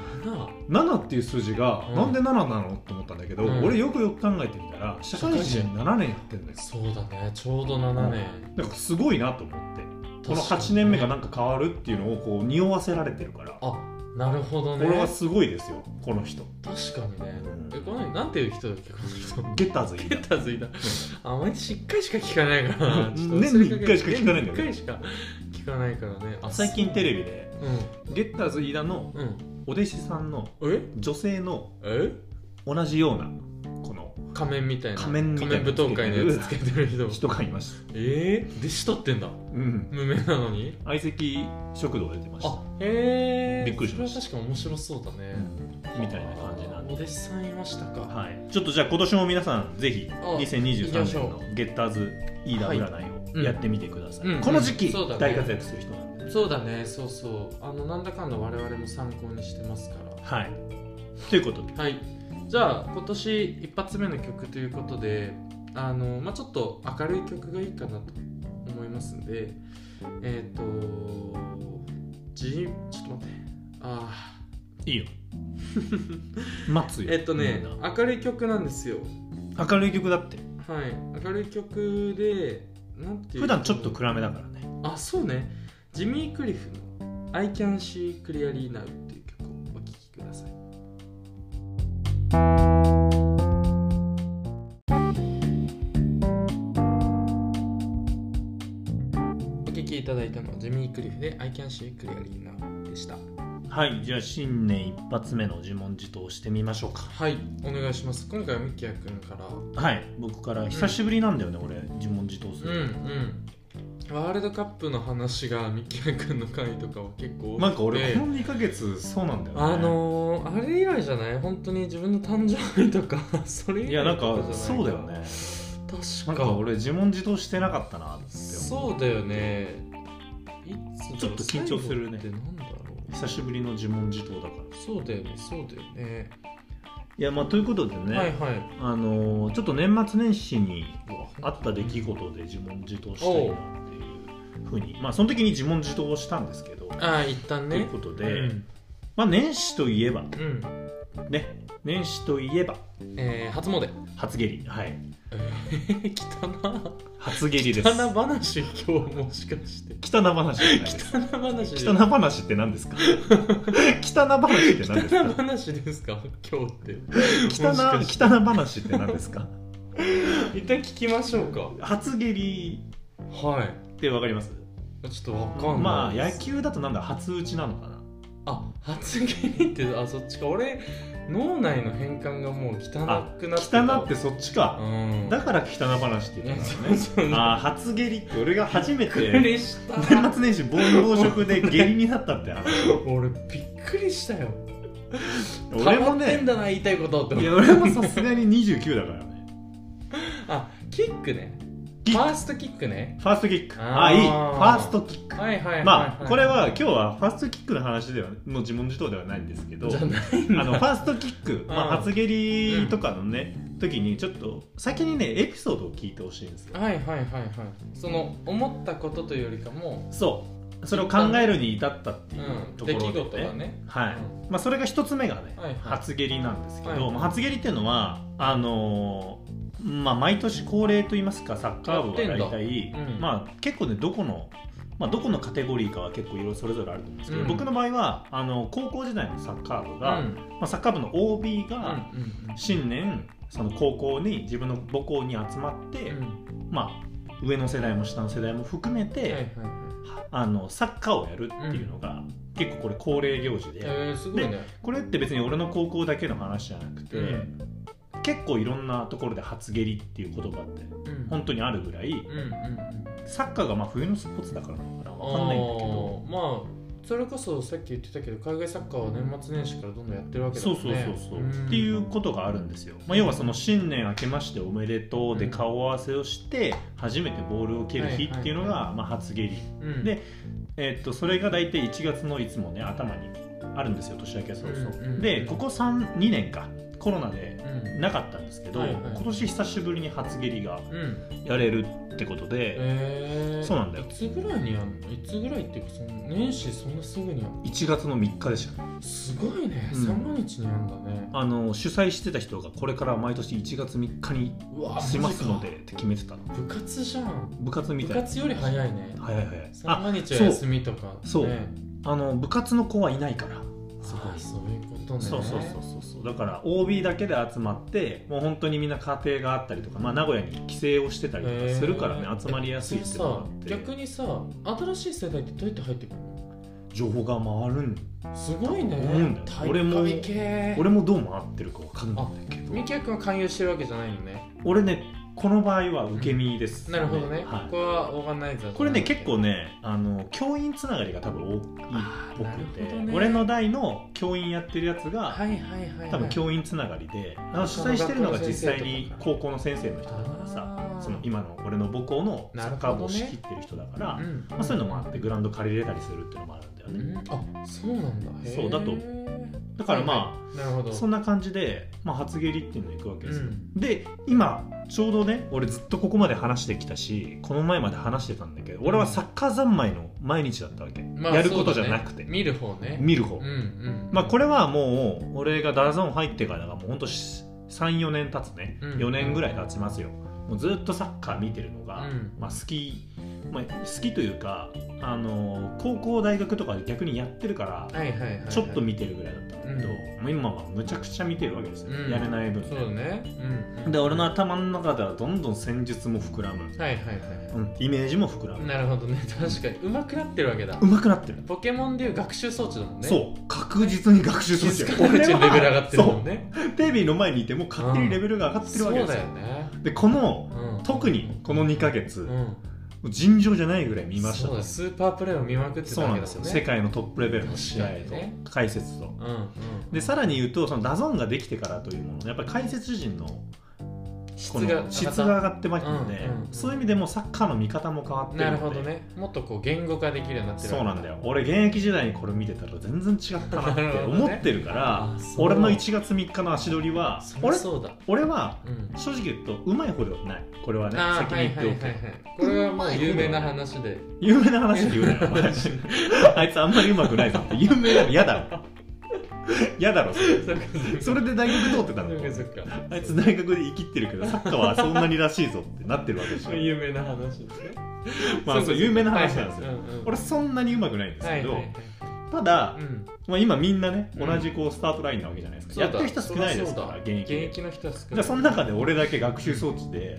S1: なあ
S2: 7っていう数字が、
S1: うん
S2: なんで7なのって思ったんだけど、
S1: うん
S2: 俺よくよく考えてみたら社会人7年やってるんだよ
S1: そうだねちょうど7年
S2: だからすごいなと思ってこの
S1: 確かに
S2: 8年目がなんか変わるっていうのをこう匂わせられてるから
S1: あなるほどね
S2: 俺はすごいですよこの人
S1: 確かにねえこのなんていう人だっけこの人
S2: ゲッターズい い
S1: ゲッターズいたあ毎日1回しか聞かないか
S2: う
S1: ら
S2: ん
S1: ちょっと
S2: 年に一回しか聞かないんだよ
S1: 年に一回しか聞聞かないからねあ
S2: 最近テレビで
S1: う
S2: ゲッターズ飯田の
S1: んうん
S2: お弟子さんの
S1: え
S2: 女性の
S1: え
S2: 同じようなこの
S1: 仮面みたいな
S2: 仮面みたいな
S1: 仮面舞踏会のやつつけてる人
S2: 人がいまし
S1: えー、弟子取ってんだ
S2: たうん
S1: 無名なのに
S2: 相席食堂出てました
S1: あへえー、
S2: びっくりしました
S1: それは確か面白そうだ
S2: う
S1: ね、
S2: んみたいな感じなん
S1: お
S2: で
S1: 弟子さんいましたか
S2: はいちょっとじゃあ今年も皆さんぜひ
S1: あ
S2: 2023
S1: 行きま
S2: 年
S1: しょ
S2: のゲッターズ飯田占いをやってみてくださ
S1: はいうん
S2: いこの時期
S1: そうだね
S2: 大活躍する人なんで
S1: そうだねそうそうあのなんだかんだ我々も参考にしてますから
S2: はいということで
S1: はいじゃあ今年一発目の曲ということであの、まあ、ちょっと明るい曲がいいかなと思いますんでえっ、とじちょっと待ってあ
S2: いい よ待つ
S1: ー
S2: よ
S1: えっとね
S2: みんな
S1: 明るい曲なんですよ
S2: 明るい曲だって
S1: はい明るい曲でなんていう
S2: 普段ちょっと
S1: く
S2: 暗めだからね
S1: あそうねジミー・クリフの「I Can See Clearly Now」っていう曲をお聴きくださいお聴きいただいたのはジミー・クリフで「I Can See Clearly Now」でした
S2: はいじゃあ新年一発目の自問自答してみましょうか
S1: はいお願いします今回はミキヤ君から
S2: はい僕から久しぶりなんだよね、俺自問自答す
S1: うん
S2: る、
S1: うんワールドカップの話がミキヤ君の回とかは結構多くて
S2: なんか俺この2ヶ月そうなんだよね
S1: あのー、あれ以来じゃない本当に自分の誕生日とか それ以
S2: いやな
S1: 来
S2: ん
S1: と
S2: か
S1: かじゃ
S2: そ
S1: な
S2: う
S1: い
S2: だ
S1: か
S2: よねなん
S1: 確
S2: か
S1: か
S2: 俺自問自答してなかったなって思う
S1: そうだよねいつだろう
S2: ちょっと緊張するね
S1: 最後ってなんだろう
S2: 久しぶりの自問自答だからい
S1: そうだよねそうだよね
S2: やまあということでね、
S1: はいはい
S2: あのーちょっと年末年始に
S1: うわ
S2: あった出来事で自問自答したいなっていうふうにまあその時に自問自答をしたんですけど、
S1: ああ一旦
S2: という
S1: ね
S2: こと
S1: う
S2: で、
S1: ん、
S2: まあ年始といえば
S1: うん
S2: ね年始といえば
S1: えー、初詣
S2: 初蹴りはい
S1: えー、 汚な
S2: 初蹴りです
S1: 汚な話今日もしかして
S2: 汚な話じ ゃない
S1: 汚な話
S2: 汚な話って何です か汚な話って何です
S1: 汚な
S2: か
S1: 話ですか今日って
S2: 汚な
S1: もし
S2: 汚な話って何ですか
S1: 一旦聞きましょうか
S2: 初蹴り
S1: はい
S2: ってわかります
S1: ちょっとわかん
S2: ま
S1: な
S2: あ
S1: い
S2: 野
S1: です
S2: 球だとなんだ初打ちなのかな
S1: あ初蹴りってあそっちか俺脳内の変換がもう汚くなってた
S2: 汚ってそっち
S1: う
S2: か、
S1: ん
S2: だから汚な話って
S1: い
S2: 言っ
S1: や
S2: た
S1: そ
S2: の
S1: う
S2: ね
S1: そう
S2: ああ初蹴りって俺が初め
S1: びっく
S2: て
S1: りした
S2: 年末年始暴飲暴食で下痢になったって話
S1: 俺びっくりしたよ
S2: 俺も
S1: 溜まってん
S2: ね
S1: だな言いたいことって
S2: いや俺もさすがに29だからね
S1: あキックね
S2: キッ
S1: フ
S2: ク
S1: ァーストキックね
S2: ファーストキックあ
S1: あー
S2: あいいファーストキック
S1: はいはいはい、はい、
S2: まあこれは今日はファーストキックの話ではの自問自答ではないんですけど
S1: じゃない
S2: あのファーストキッ ク、まあ、
S1: うん
S2: 初蹴りとかのね、時にちょっと先にねエピソードを聞いてほしいんですよ
S1: はいはいはいはいその思ったことというよりかも、
S2: そうそれを考えるに至ったって
S1: う、
S2: いうんとこ
S1: 出来
S2: ろ
S1: 事
S2: で、ね
S1: がね
S2: はいまあ、それが一つ目がね、
S1: はいはい
S2: 初蹴りなんですけど、
S1: はい
S2: まあ初蹴りっていうのはあのーまあ、毎年恒例といいますかサッカー部は
S1: やっ
S2: 大
S1: て
S2: 体、
S1: うん
S2: まあ、結構ねどこの、まあ、どこのカテゴリーかは結構いろいろそれぞれあると思うんですけど、
S1: うん
S2: 僕の場合はあの高校時代のサッカー部
S1: うんう
S2: が、
S1: ん
S2: まあ、サッカー部の OB が、
S1: うん
S2: 新年その高校に自分の母校に集まって、
S1: うん
S2: まあ上の世代も下の世代も含め
S1: は
S2: て、
S1: いはいはい
S2: あのサッカーをやるっていうのが、結構これ恒例行事で、
S1: えー、すごいね
S2: これって別に俺の高校だけの話じゃなくて、
S1: う
S2: 結構いろんなところで初蹴りっていう言葉って
S1: うん
S2: 本当にあるぐらい
S1: うんうんうん
S2: サッカーがまあ冬のスポーツだからなのかなわかんないんだけど
S1: あーまあそれこそさっき言ってたけど海外サッカーは年末年始からどんどんやってるわけだ
S2: そ
S1: も
S2: うん
S1: ね
S2: そうそうそう、
S1: ん
S2: っていうことがあるんですよ、まあ、要はその新年明けましておめでとうで
S1: うん
S2: 顔合わせをして初めてボールを蹴る日っていうの
S1: はいはい
S2: がまあ初蹴り、
S1: うん
S2: でえっとそれが大体1月のいつもね頭にあるんですよ年明けそうそう、
S1: うんうん
S2: でここ32年かコロナで
S1: うん
S2: なかったんですけど、
S1: はいはい
S2: 今年久しぶりに初蹴りが
S1: うん
S2: やれるってことで、
S1: えー、
S2: そうなんだよ
S1: いつぐらいにやんのいつぐらいっていうかその年始そんなすぐにやん
S2: 1月の3日でしたね
S1: のすごいね、
S2: うん
S1: 三が日にやんだね
S2: あの主催してた人がこれから毎年1月3日に
S1: うわ
S2: しますのでっ
S1: マジ
S2: て決めてたの
S1: か部活じゃん
S2: 部活み
S1: 部
S2: たい
S1: 活より早いね
S2: 早い早い
S1: 三
S2: あ
S1: が日は休みとかね
S2: そうあの部活の子はいないからすごい
S1: あそういうことね
S2: そうそうそうそうそうだから OB だけで集まってもう本当にみんな家庭があったりとか、まあ、名古屋に帰省をしてたりとかするからね、
S1: へー
S2: 集まりやすいっていうのがあ
S1: さ
S2: って
S1: 逆にさ新しい世代ってどうやって入ってくるの
S2: 情報が回るん
S1: すごいね
S2: 思うんだよ
S1: 体育会
S2: 俺も
S1: 系
S2: 俺もどう回ってるかわかんないんだけど
S1: ミキヤ君は勧誘してるわけじゃないよね
S2: 俺ねこの場合は受け身です、
S1: なるほどね、
S2: はい
S1: ここはオーガナイザーじゃない
S2: これね結構ねあの教員つながりが多分多いっぽ
S1: あーなる
S2: くて、
S1: ほどね
S2: 俺の代の教員やってるやつが、
S1: はいはいはい、はい、
S2: 多分教員つながりで、あの主催してるのが実際に高校の先生の人だから
S1: あ
S2: さ
S1: ー
S2: その今の俺の母校のサッカー部を仕切ってる人だから、
S1: うん
S2: まあ、そういうのもあってグラウンド借りれたりするっていうのもあるんだよ
S1: う
S2: ね、
S1: んあそうなんだへー
S2: そうだとだからまあ、
S1: なるほど
S2: そんな感じで、まあ、初蹴りっていうのに行くわけ
S1: う
S2: ですよ、
S1: ん
S2: で今ちょうどね俺ずっとここまで話してきたしこの前まで話してたんだけど俺はサッカー三昧の毎日だったわけ、
S1: まあ
S2: やることじゃなくて、
S1: そうだね見る方ね
S2: 見る方、
S1: うんうん
S2: まあこれはもう俺がダラゾーン入ってからがもうほんと34年経つね
S1: うん
S2: 4年ぐらい経ちますよもうずっとサッカー見てるのが、
S1: うん
S2: まあ、好き、まあ、好きというか、あの高校大学とかで逆にやってるから
S1: はいはいはいはい
S2: ちょっと見てるぐらいだったんだけど、
S1: う
S2: もう今はむちゃくちゃ見てるわけですよ、
S1: うん
S2: やれない分
S1: そうだねうんうん
S2: で俺の頭の中ではどんどん戦術も膨らむ、
S1: はいはいは
S2: うん、イメージも膨ら
S1: い
S2: む
S1: なるほどね 確かに上手くなってるわけだ
S2: うまくなってる、
S1: ポケモンでいう学習装置だもんね
S2: そう確実に学習す
S1: 気
S2: るし
S1: づ かないうちにレベル上がってるもん ね
S2: テレビの前にいても勝手にレベルが上がってる
S1: そ
S2: わ
S1: う
S2: け
S1: だ
S2: で
S1: よ
S2: すよ、
S1: ね
S2: でこの
S1: うん
S2: 特にこの2ヶ月
S1: う、ん
S2: 尋常じゃないぐらい見ました
S1: そうだスーパープレーを見まくってた
S2: そう
S1: わ
S2: な
S1: け
S2: んで
S1: だ
S2: す
S1: もん
S2: よ、世
S1: ね
S2: 界のトップレベルの試合
S1: 確かにね
S2: と解説と、
S1: うんうん
S2: でさらに言うとそのダゾーンができてからというものやっぱり解説陣の
S1: 質
S2: この
S1: が
S2: 質が上がってましたので、
S1: うんうん
S2: そういう意味でもサッカーの見方も変わってる
S1: な
S2: の
S1: る
S2: で
S1: ほどねもっとこう言語化できるようになってる
S2: そうなんだよ俺現役時代にこれ見てたら全然違ったなっ
S1: なる
S2: て
S1: ほどね
S2: 思ってるから
S1: あそう
S2: 俺の1月3日の足取りは
S1: そり
S2: 俺
S1: ゃそうだ
S2: 俺は
S1: うん
S2: 正直言うとうまい方ではないこれはね
S1: あ
S2: 先
S1: ーは
S2: に
S1: い
S2: 言って
S1: はいはい
S2: おく
S1: はいこれはもう有名な話で
S2: 有名な話って言うなよ お前あいつあんまりうまくないぞって有名なの嫌だろ嫌だろそれ
S1: そっかそっか
S2: それで大学通ってたの
S1: そっかそっか
S2: あいつ大学で生きってるけどサッカーはそんなにらしいぞってなってるわけで しょ
S1: 有名な話ですね
S2: まあそう有名な話なんですよ、
S1: はいはいうんうん
S2: 俺そんなにうまくないんですけど、
S1: はいはい
S2: ただ、
S1: はいうん
S2: まあ、今みんなね
S1: う
S2: 同
S1: ん
S2: じこうスタートラインなわけじゃないですか、
S1: そうだ
S2: やってる人少ないですか
S1: そりゃ
S2: ら
S1: そう
S2: 現
S1: だ
S2: 役
S1: 現
S2: で
S1: 役の人は少
S2: じ
S1: ない
S2: ゃあその中で俺だけ学習装置で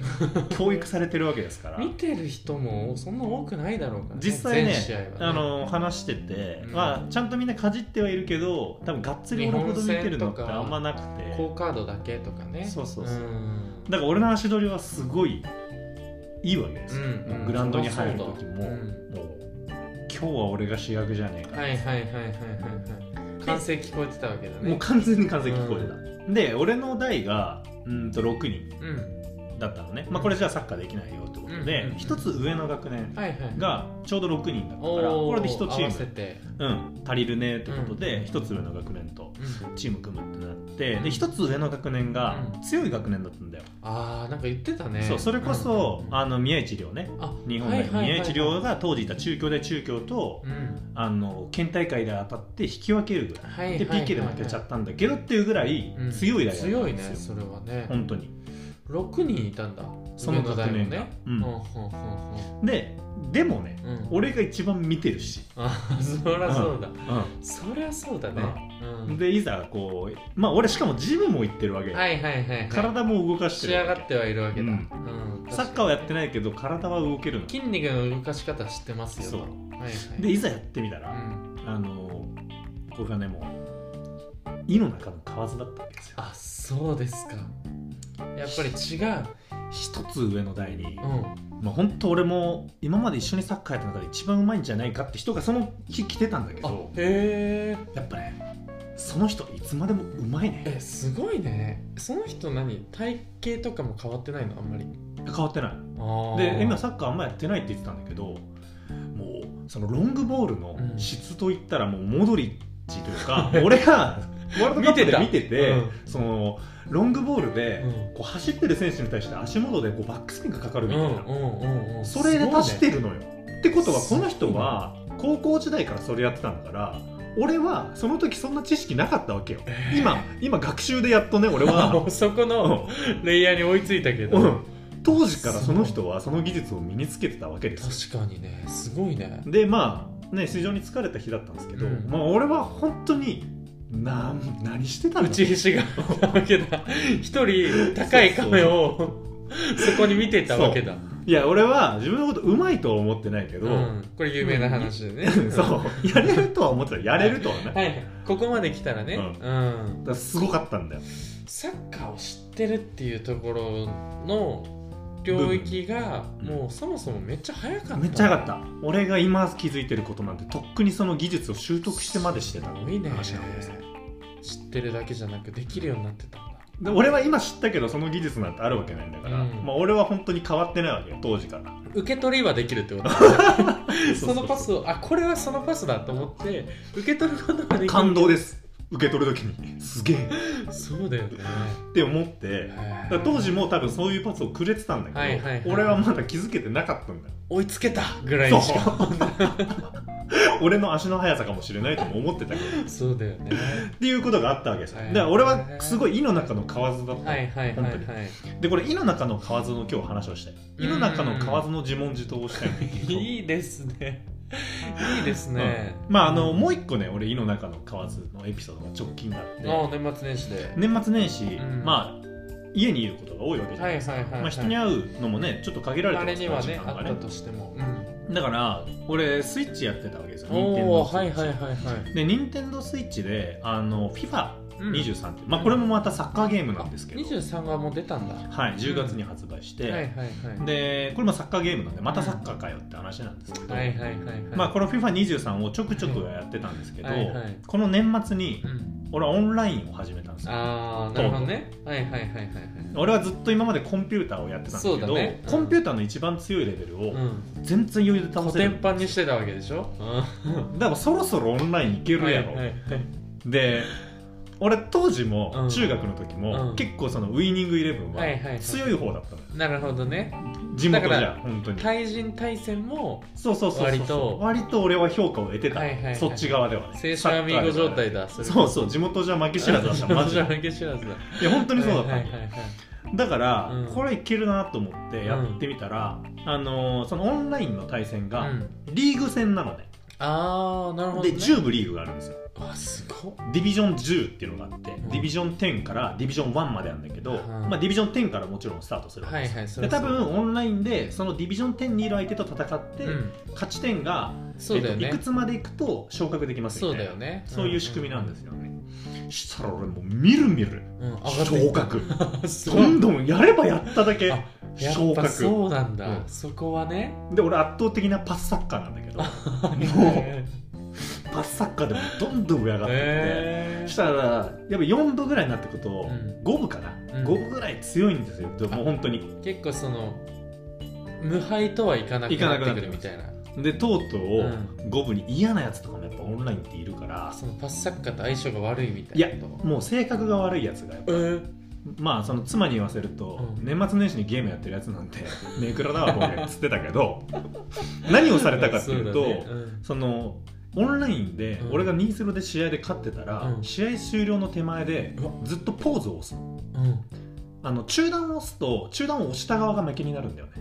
S2: 教育されてるわけですから
S1: 見てる人もそんな多くないだろうから、ね、
S2: 実際ね
S1: 全試合はね
S2: あの話してて、
S1: うん
S2: まあ、ちゃんとみんなかじってはいるけど多分がっつり俺のこと見てるのって
S1: 日本戦とか
S2: あんまなくて
S1: 好カードだけとかね
S2: そうそうそうんだから俺の足取りはすごいいいわけですよ、
S1: うんうん
S2: グラウンドに入る時
S1: そ
S2: も、
S1: うだうん
S2: もう今日は俺が主役じゃねえか、
S1: はいはいはいはいはいはい完成聞こえてたわけだね
S2: もう完全に完全に聞こえてた、で俺の代がうんと6人
S1: うん
S2: だったのね、まあ、これじゃあサッカーできないよってこと
S1: うんうん
S2: で
S1: うん
S2: 一、つ上の学年
S1: はいはい
S2: がちょうど6人だった
S1: お
S2: から
S1: ー
S2: これで1チ
S1: 合わ
S2: ー
S1: せ
S2: ム、
S1: て、
S2: うん、足りるねってこと
S1: う
S2: で
S1: ん
S2: 一つ上の学年と
S1: うん、
S2: チーム組むってなってで一つ上の学年が
S1: うん
S2: 強い学年だったんだよ、
S1: ああなんか言ってたね
S2: そうそれこそ、
S1: うん
S2: あの宮市亮ね
S1: あ
S2: 日本代表、
S1: はいはいはいはい
S2: 宮市亮が当時いた中京で中京と
S1: うん
S2: あの県大会で当たって引き分けるぐらい、
S1: はいはい
S2: で PK で負けちゃったんだけどっていうぐらい
S1: うん
S2: 強い大学
S1: 強い
S2: なん
S1: ね
S2: ですよ、
S1: それはね
S2: 本当に
S1: 6人いたんだ
S2: その学年が
S1: 上代もね
S2: う
S1: うんんう
S2: ででもね
S1: んうんうん
S2: 俺が一番見てるし、
S1: あ そりゃそうだ
S2: う、
S1: そりゃそうだねうんん
S2: でいざこうまあ俺しかもジムも行ってるわけよ、
S1: はいはいはいはい
S2: 体も動かし
S1: 仕
S2: てる
S1: 上
S2: わ
S1: が
S2: け
S1: ってはいるわけだ
S2: う
S1: うんん
S2: サッカーはやってないけど体は動けるの
S1: 筋肉の動かし方知ってますよ
S2: そう
S1: はいはい
S2: でいざやってみた
S1: う
S2: ら、
S1: ん
S2: あのこれがねもう胃の中の蛙だったわけですよ
S1: あそうですかやっぱり違う
S2: 一つ上の代に、
S1: うん
S2: まあ本当俺も今まで一緒にサッカーやった中で一番うまいんじゃないかって人がその日来てたんだけ
S1: あ
S2: ど
S1: へー
S2: やっぱねその人いつまでもうまいね
S1: えすごいねその人何体型とかも変わってないのあんまり
S2: 変わってない
S1: あー
S2: で今サッカーあんまやってないって言ってたんだけどもうそのロングボールの質といったらもうモドリッチというか、俺 がワールドカップで見
S1: 見
S2: て
S1: てた
S2: て、
S1: うん
S2: そのロングボールで
S1: うん
S2: こう走ってる選手に対して足元でこうバックスピンがかかるみたいな、
S1: うんうんうんうん
S2: それで出してるのよ、ってことはこ
S1: すごい
S2: の
S1: ね
S2: 人は高校時代からそれやってたんだから俺はその時そんな知識なかったわけよ、今今学習でやっとね俺は
S1: あそこのレイヤーに追いついたけど、
S2: うん、当時からその人はその技術を身につけてたわけですよ
S1: 確かにねすごいね
S2: でまあね非常に疲れた日だったんですけど、
S1: うん
S2: まあ、俺は本当になん何してたの
S1: 打ちひしがあったわけだ一人高い亀をそこに見てたわけだ
S2: いや俺は自分のことうまいとは思ってないけど、
S1: う、ん、これ有名な話でね、
S2: そうやれるとは思ってたやれるとはね、だか
S1: はい、ここまで来たらね、
S2: う
S1: うん、
S2: らすごかったんだよ
S1: サッカーを知ってるっていうところの領域が
S2: うん
S1: もうそもそもめっちゃ早かった
S2: めっちゃ良かった俺が今気づいてることなんてとっくにその技術を習得してまでしてた
S1: すごいね
S2: 話なんですよ
S1: 知ってるだけじゃなくできるようになってたんだ
S2: で俺は今知ったけどその技術なんてあるわけないんだから、
S1: うん
S2: まあ、俺は本当に変わってないわけよ当時から
S1: 受け取りはできるって こと そのパスをあこれはそのパスだと思って受け取ることができる
S2: 感動です受け取る時にすげえ
S1: そうだよ ね
S2: って思ってだから当時も多分そういうパスをくれてたんだけど、
S1: はいはいはい
S2: 俺はまだ気づけてなかったんだよ
S1: 追いつけたぐらいにしか
S2: そう俺の足の速さかもしれないとも思ってたけ ど
S1: そうだよね
S2: っていうことがあったわけですよ、
S1: はい
S2: だから俺はすごい井の中の蛙だった、
S1: はいはいはい
S2: 本
S1: は
S2: 当に
S1: い
S2: でこれ井の中の蛙の今日話をしたい井の中の蛙の自問自答をしたいんだけど
S1: いいですねいいですね、
S2: うん まああのもう一個ね俺井の中の蛙のエピソードが直近があって、
S1: ああ年末年始で
S2: 年末年始、
S1: ん
S2: まあ家にいることが多いわけじゃな
S1: はいい
S2: ですか、
S1: はいはい、はい、
S2: まあ、人に会うのもねちょっと限られて
S1: あ
S2: ま
S1: れ
S2: す
S1: に
S2: から
S1: は
S2: 時
S1: ね
S2: 間
S1: あ
S2: が
S1: ったとしても、うん、
S2: だから俺スイッチやってたわけですよ
S1: おおはい
S2: Nintendo
S1: はい
S2: Switch
S1: はいはい
S2: で任天堂スイッチであの FIFA23
S1: うん
S2: って、まあ、これもまたサッカーゲームなんですけど、
S1: 23がもう出たんだは
S2: はい、10月に発売して、
S1: いはいはい
S2: でこれもサッカーゲームなんでまたサッカーかよって話なんですけど、
S1: はいはいはいはい
S2: まあ、この FIFA23 をちょくちょくはやってたんですけど、
S1: はいはい
S2: この年末に
S1: うん、
S2: 俺はオンラインを始めたんですよ
S1: ああなるほどねはいはいはいはいはい
S2: 俺はずっと今までコンピューターをやってたんだけ
S1: そ
S2: ど
S1: うだねうん
S2: コンピューターの一番強いレベルを
S1: うん
S2: 全然余裕で
S1: コ
S2: 倒せ
S1: テ
S2: る
S1: ンパンにしてたわけでしょ、うん、
S2: だからそろそろオンラインいけるやろ、
S1: はいはいはい
S2: で俺当時
S1: う
S2: も
S1: ん
S2: 中学の時も、
S1: うん
S2: 結構そのウイニングイレブンは
S1: はいはいはい
S2: 強い方だったのよ、
S1: なるほどね
S2: 地元じ
S1: だ
S2: ゃ
S1: か
S2: 本当に
S1: 対人対戦も
S2: そうそうそうそう
S1: 割と
S2: 割と俺は評価を得てた、
S1: はいはいはい
S2: そっち側ではね
S1: 青春アミーゴ状態
S2: だ
S1: だそ
S2: そうそう地元じゃ負け知らずだったマ ジで
S1: 負け知らずだ
S2: いや本当にそうだった、
S1: はいはいはいはい
S2: だから、
S1: うん
S2: これいけるなと思ってやってみたら、あのーそのオンラインの対戦が、
S1: うん、
S2: リーグ戦なのね
S1: ああなるほど、ね、
S2: で10部リーグがあるんですよ
S1: あすごっ
S2: ディビジョン10っていうのがあって、
S1: ん
S2: ディビジョン10からディビジョン1まであるんだけど、
S1: うん
S2: まあ、ディビジョン10からもちろんスタートするわけ
S1: は
S2: で
S1: い
S2: す、
S1: はいそ
S2: で
S1: れ
S2: 多分オンラインでそのディビジョン10にいる相手と戦って、
S1: うん、
S2: 勝ち点が、
S1: そうだよ
S2: え
S1: ね、
S2: っといくつまでいくと昇格できます
S1: そ
S2: み
S1: う
S2: たい
S1: だ
S2: な
S1: よね、
S2: そういう仕組みなんですすよね、したら俺もうみるみる
S1: うん、上がってい
S2: 昇
S1: く
S2: 格
S1: そう
S2: どんどんやればやっただけ
S1: あや
S2: 昇
S1: っぱ
S2: 格
S1: そうなんだ、
S2: うん
S1: そこはね
S2: で俺圧倒的なパスサッカーなんだけ どもうパスサッカーでもどんどん上上がっていって、
S1: えー、
S2: したらやっぱ4部ぐらいになってくと、
S1: ん
S2: 5部かな、
S1: うん
S2: 5部ぐらい強いんですよでももう本当に
S1: 結構その無敗とはいかなくなってくるみたいな
S2: でとうとう
S1: うん
S2: 5部に嫌なやつとかもやっぱオンラインっているから、
S1: そのパスサッカーと相性が悪いみたい
S2: い
S1: な
S2: や
S1: こと
S2: もう性格が悪いやつがやっぱ
S1: えー、
S2: まあその妻に言わせると、
S1: うん
S2: 年末年始にゲームやってるやつなんて「ネクラだわこれ」っつってたけど何をされたかっていうと
S1: そ
S2: そ
S1: だねうん
S2: のオンラインで
S1: うん
S2: 俺が2-0で試合で勝ってたら、
S1: うん
S2: 試合終了の手前で
S1: うわ
S2: ずっとポーズを押すの
S1: うん
S2: あの中断を押すと中断を押した側が負けになるんだよね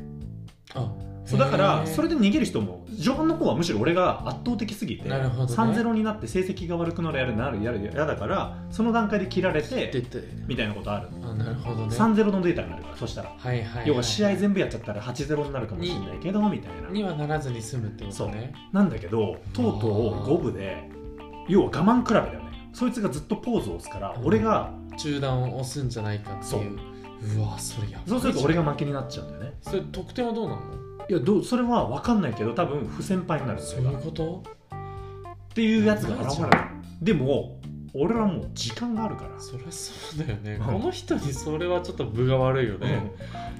S1: あ
S2: そうだから
S1: へー
S2: それで逃げる人も序盤の方はむしろ俺が圧倒的すぎて、
S1: なるほどね
S2: 3-0になって成績が悪くなるやるなるやるやだからその段階で切られ
S1: 出
S2: て
S1: て
S2: みたいなことある、
S1: あなるほどね
S2: 3-0のデータになるからそしたら、
S1: はいはい、はい、
S2: 要は試合全部やっちゃったら8-0になるかもしれないけどみたいな
S1: にはならずに済むってことね
S2: なんだけどとうとう5部で要は我慢比べだよねそいつがずっとポーズを押すから
S1: うん
S2: 俺が
S1: 中断を押すんじゃないかって
S2: そう
S1: いううわそれやばい
S2: そうすると俺
S1: が
S2: が負けになっちゃうんだよね
S1: それ得点はどうなの
S2: いやどうそれは分かんないけど多分不先輩になるそ
S1: そう
S2: れ
S1: い
S2: が
S1: うこと
S2: っていうやつが現れるでも俺らもう時間があるから、
S1: そりゃそうだよね、
S2: うん
S1: この人にそれはちょっと分が悪いよね、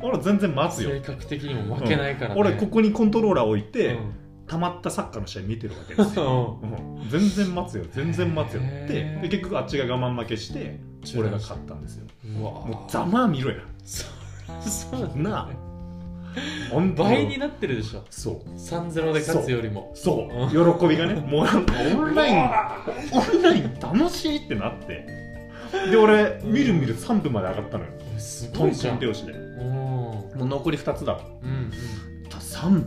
S2: 俺全然待つよ、
S1: 性格的にも負けないからね、
S2: 俺ここにコントローラー置いて、
S1: うん
S2: たまったサッカーの試合見てるわけで すよ、うん全然待つよ全然待つよ
S1: へ
S2: で
S1: ー
S2: で結局あっちが我慢負けして俺が勝ったんですよ
S1: うわ
S2: もうざまあ見ろや
S1: そりゃそうだね
S2: な 本当
S1: 倍になってるでしょ
S2: そう
S1: 3-0で勝つよりも
S2: そう
S1: う
S2: 喜びがね もうなんかオンラインオンライン楽しいってなってで俺みるみる3分まで上がったのよ
S1: えす
S2: ト
S1: ご
S2: ン
S1: いじ
S2: ト
S1: ゃ
S2: ン
S1: ん
S2: 拍子で
S1: うんうん
S2: もう残り2つだわ
S1: うん
S2: た3
S1: う
S2: 分
S1: ん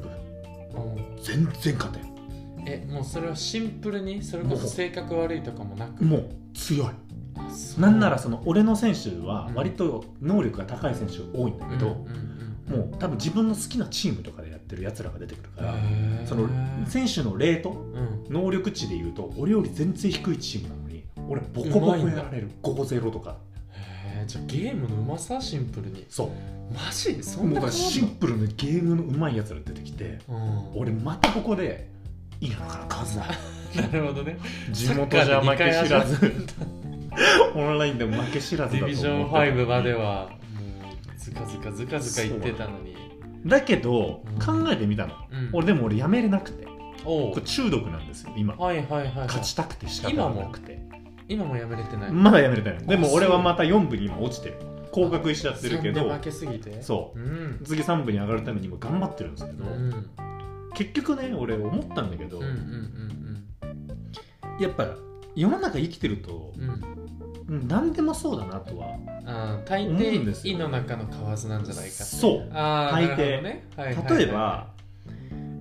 S2: 全然勝てん
S1: えもうそれはシンプルにそれこそ性格悪いとかもなく
S2: もう強い
S1: あそう
S2: なんならその俺の選手は割と能力が高い選手多いんだけ
S1: うん
S2: ど、
S1: うん
S2: もう多分自分の好きなチームとかでやってるやつらが出てくる
S1: う
S2: か
S1: ん
S2: ら、
S1: へー
S2: その選手のレート
S1: うん
S2: 能力値でいうと俺より全然低いチームなのに俺ボコボコやられる5-0とか
S1: へーじゃあゲームのうまさシンプルに
S2: そう
S1: マジそん
S2: もう
S1: な変わ
S2: だから
S1: ん
S2: シンプルなゲームの上手いやつら出てきて
S1: の
S2: 俺またここで稲野から勝つ な
S1: うん、なるほどね
S2: 地元じゃ負け知らず オンラインでも負け知らず
S1: デ
S2: だ
S1: ィビ
S2: と思っ
S1: ジ
S2: て
S1: ョン5まではもうずかずかずかずか言ってたのに
S2: だけど
S1: うん
S2: 考えてみたの、
S1: うん
S2: 俺でも俺やめれなくて
S1: おう
S2: これ中毒なんですよ今
S1: はいはいはい、はい、
S2: 勝ちたくて仕方がなくて
S1: 今もやめれてない
S2: まだやめれてないで
S1: あ
S2: も俺
S1: そ
S2: は
S1: う
S2: また4部に今落ちてる降格しちゃってる
S1: 三で
S2: けど
S1: 負けすぎて
S2: そう
S1: うん
S2: 次3部に上がるために今頑張ってるんですけ
S1: う
S2: ど、
S1: んうん
S2: 結局ね俺思ったんだけど、
S1: うんうん
S2: やっぱ世の中生きてると
S1: うんうん
S2: うん何でもそうだなとは
S1: あー大
S2: 思うんで
S1: 抵
S2: す
S1: 井
S2: よ
S1: の中の蛙なんじゃないか
S2: そう
S1: ああ
S2: 大
S1: なる
S2: 抵
S1: ほどね、はいはいはい
S2: 例えば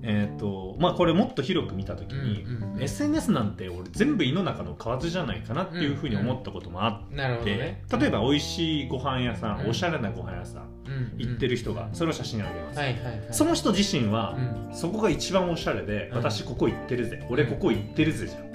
S2: えっ、とまあこれもっと広く見た時
S1: うん
S2: に、
S1: うんうん
S2: SNS なんて俺全部胃の中の蛙じゃないかなっていうふうに思ったこともあって。
S1: なるほどね
S2: 例えば美味しいご飯屋さん、
S1: うん
S2: おしゃれなご飯屋さん
S1: うん
S2: 行ってる人がそれを写真にあげます、
S1: はいはいはい
S2: その人自身は
S1: う、ん
S2: そこが一番おしゃれで、
S1: うん
S2: 私ここ行ってるぜ俺ここ行ってるぜじゃん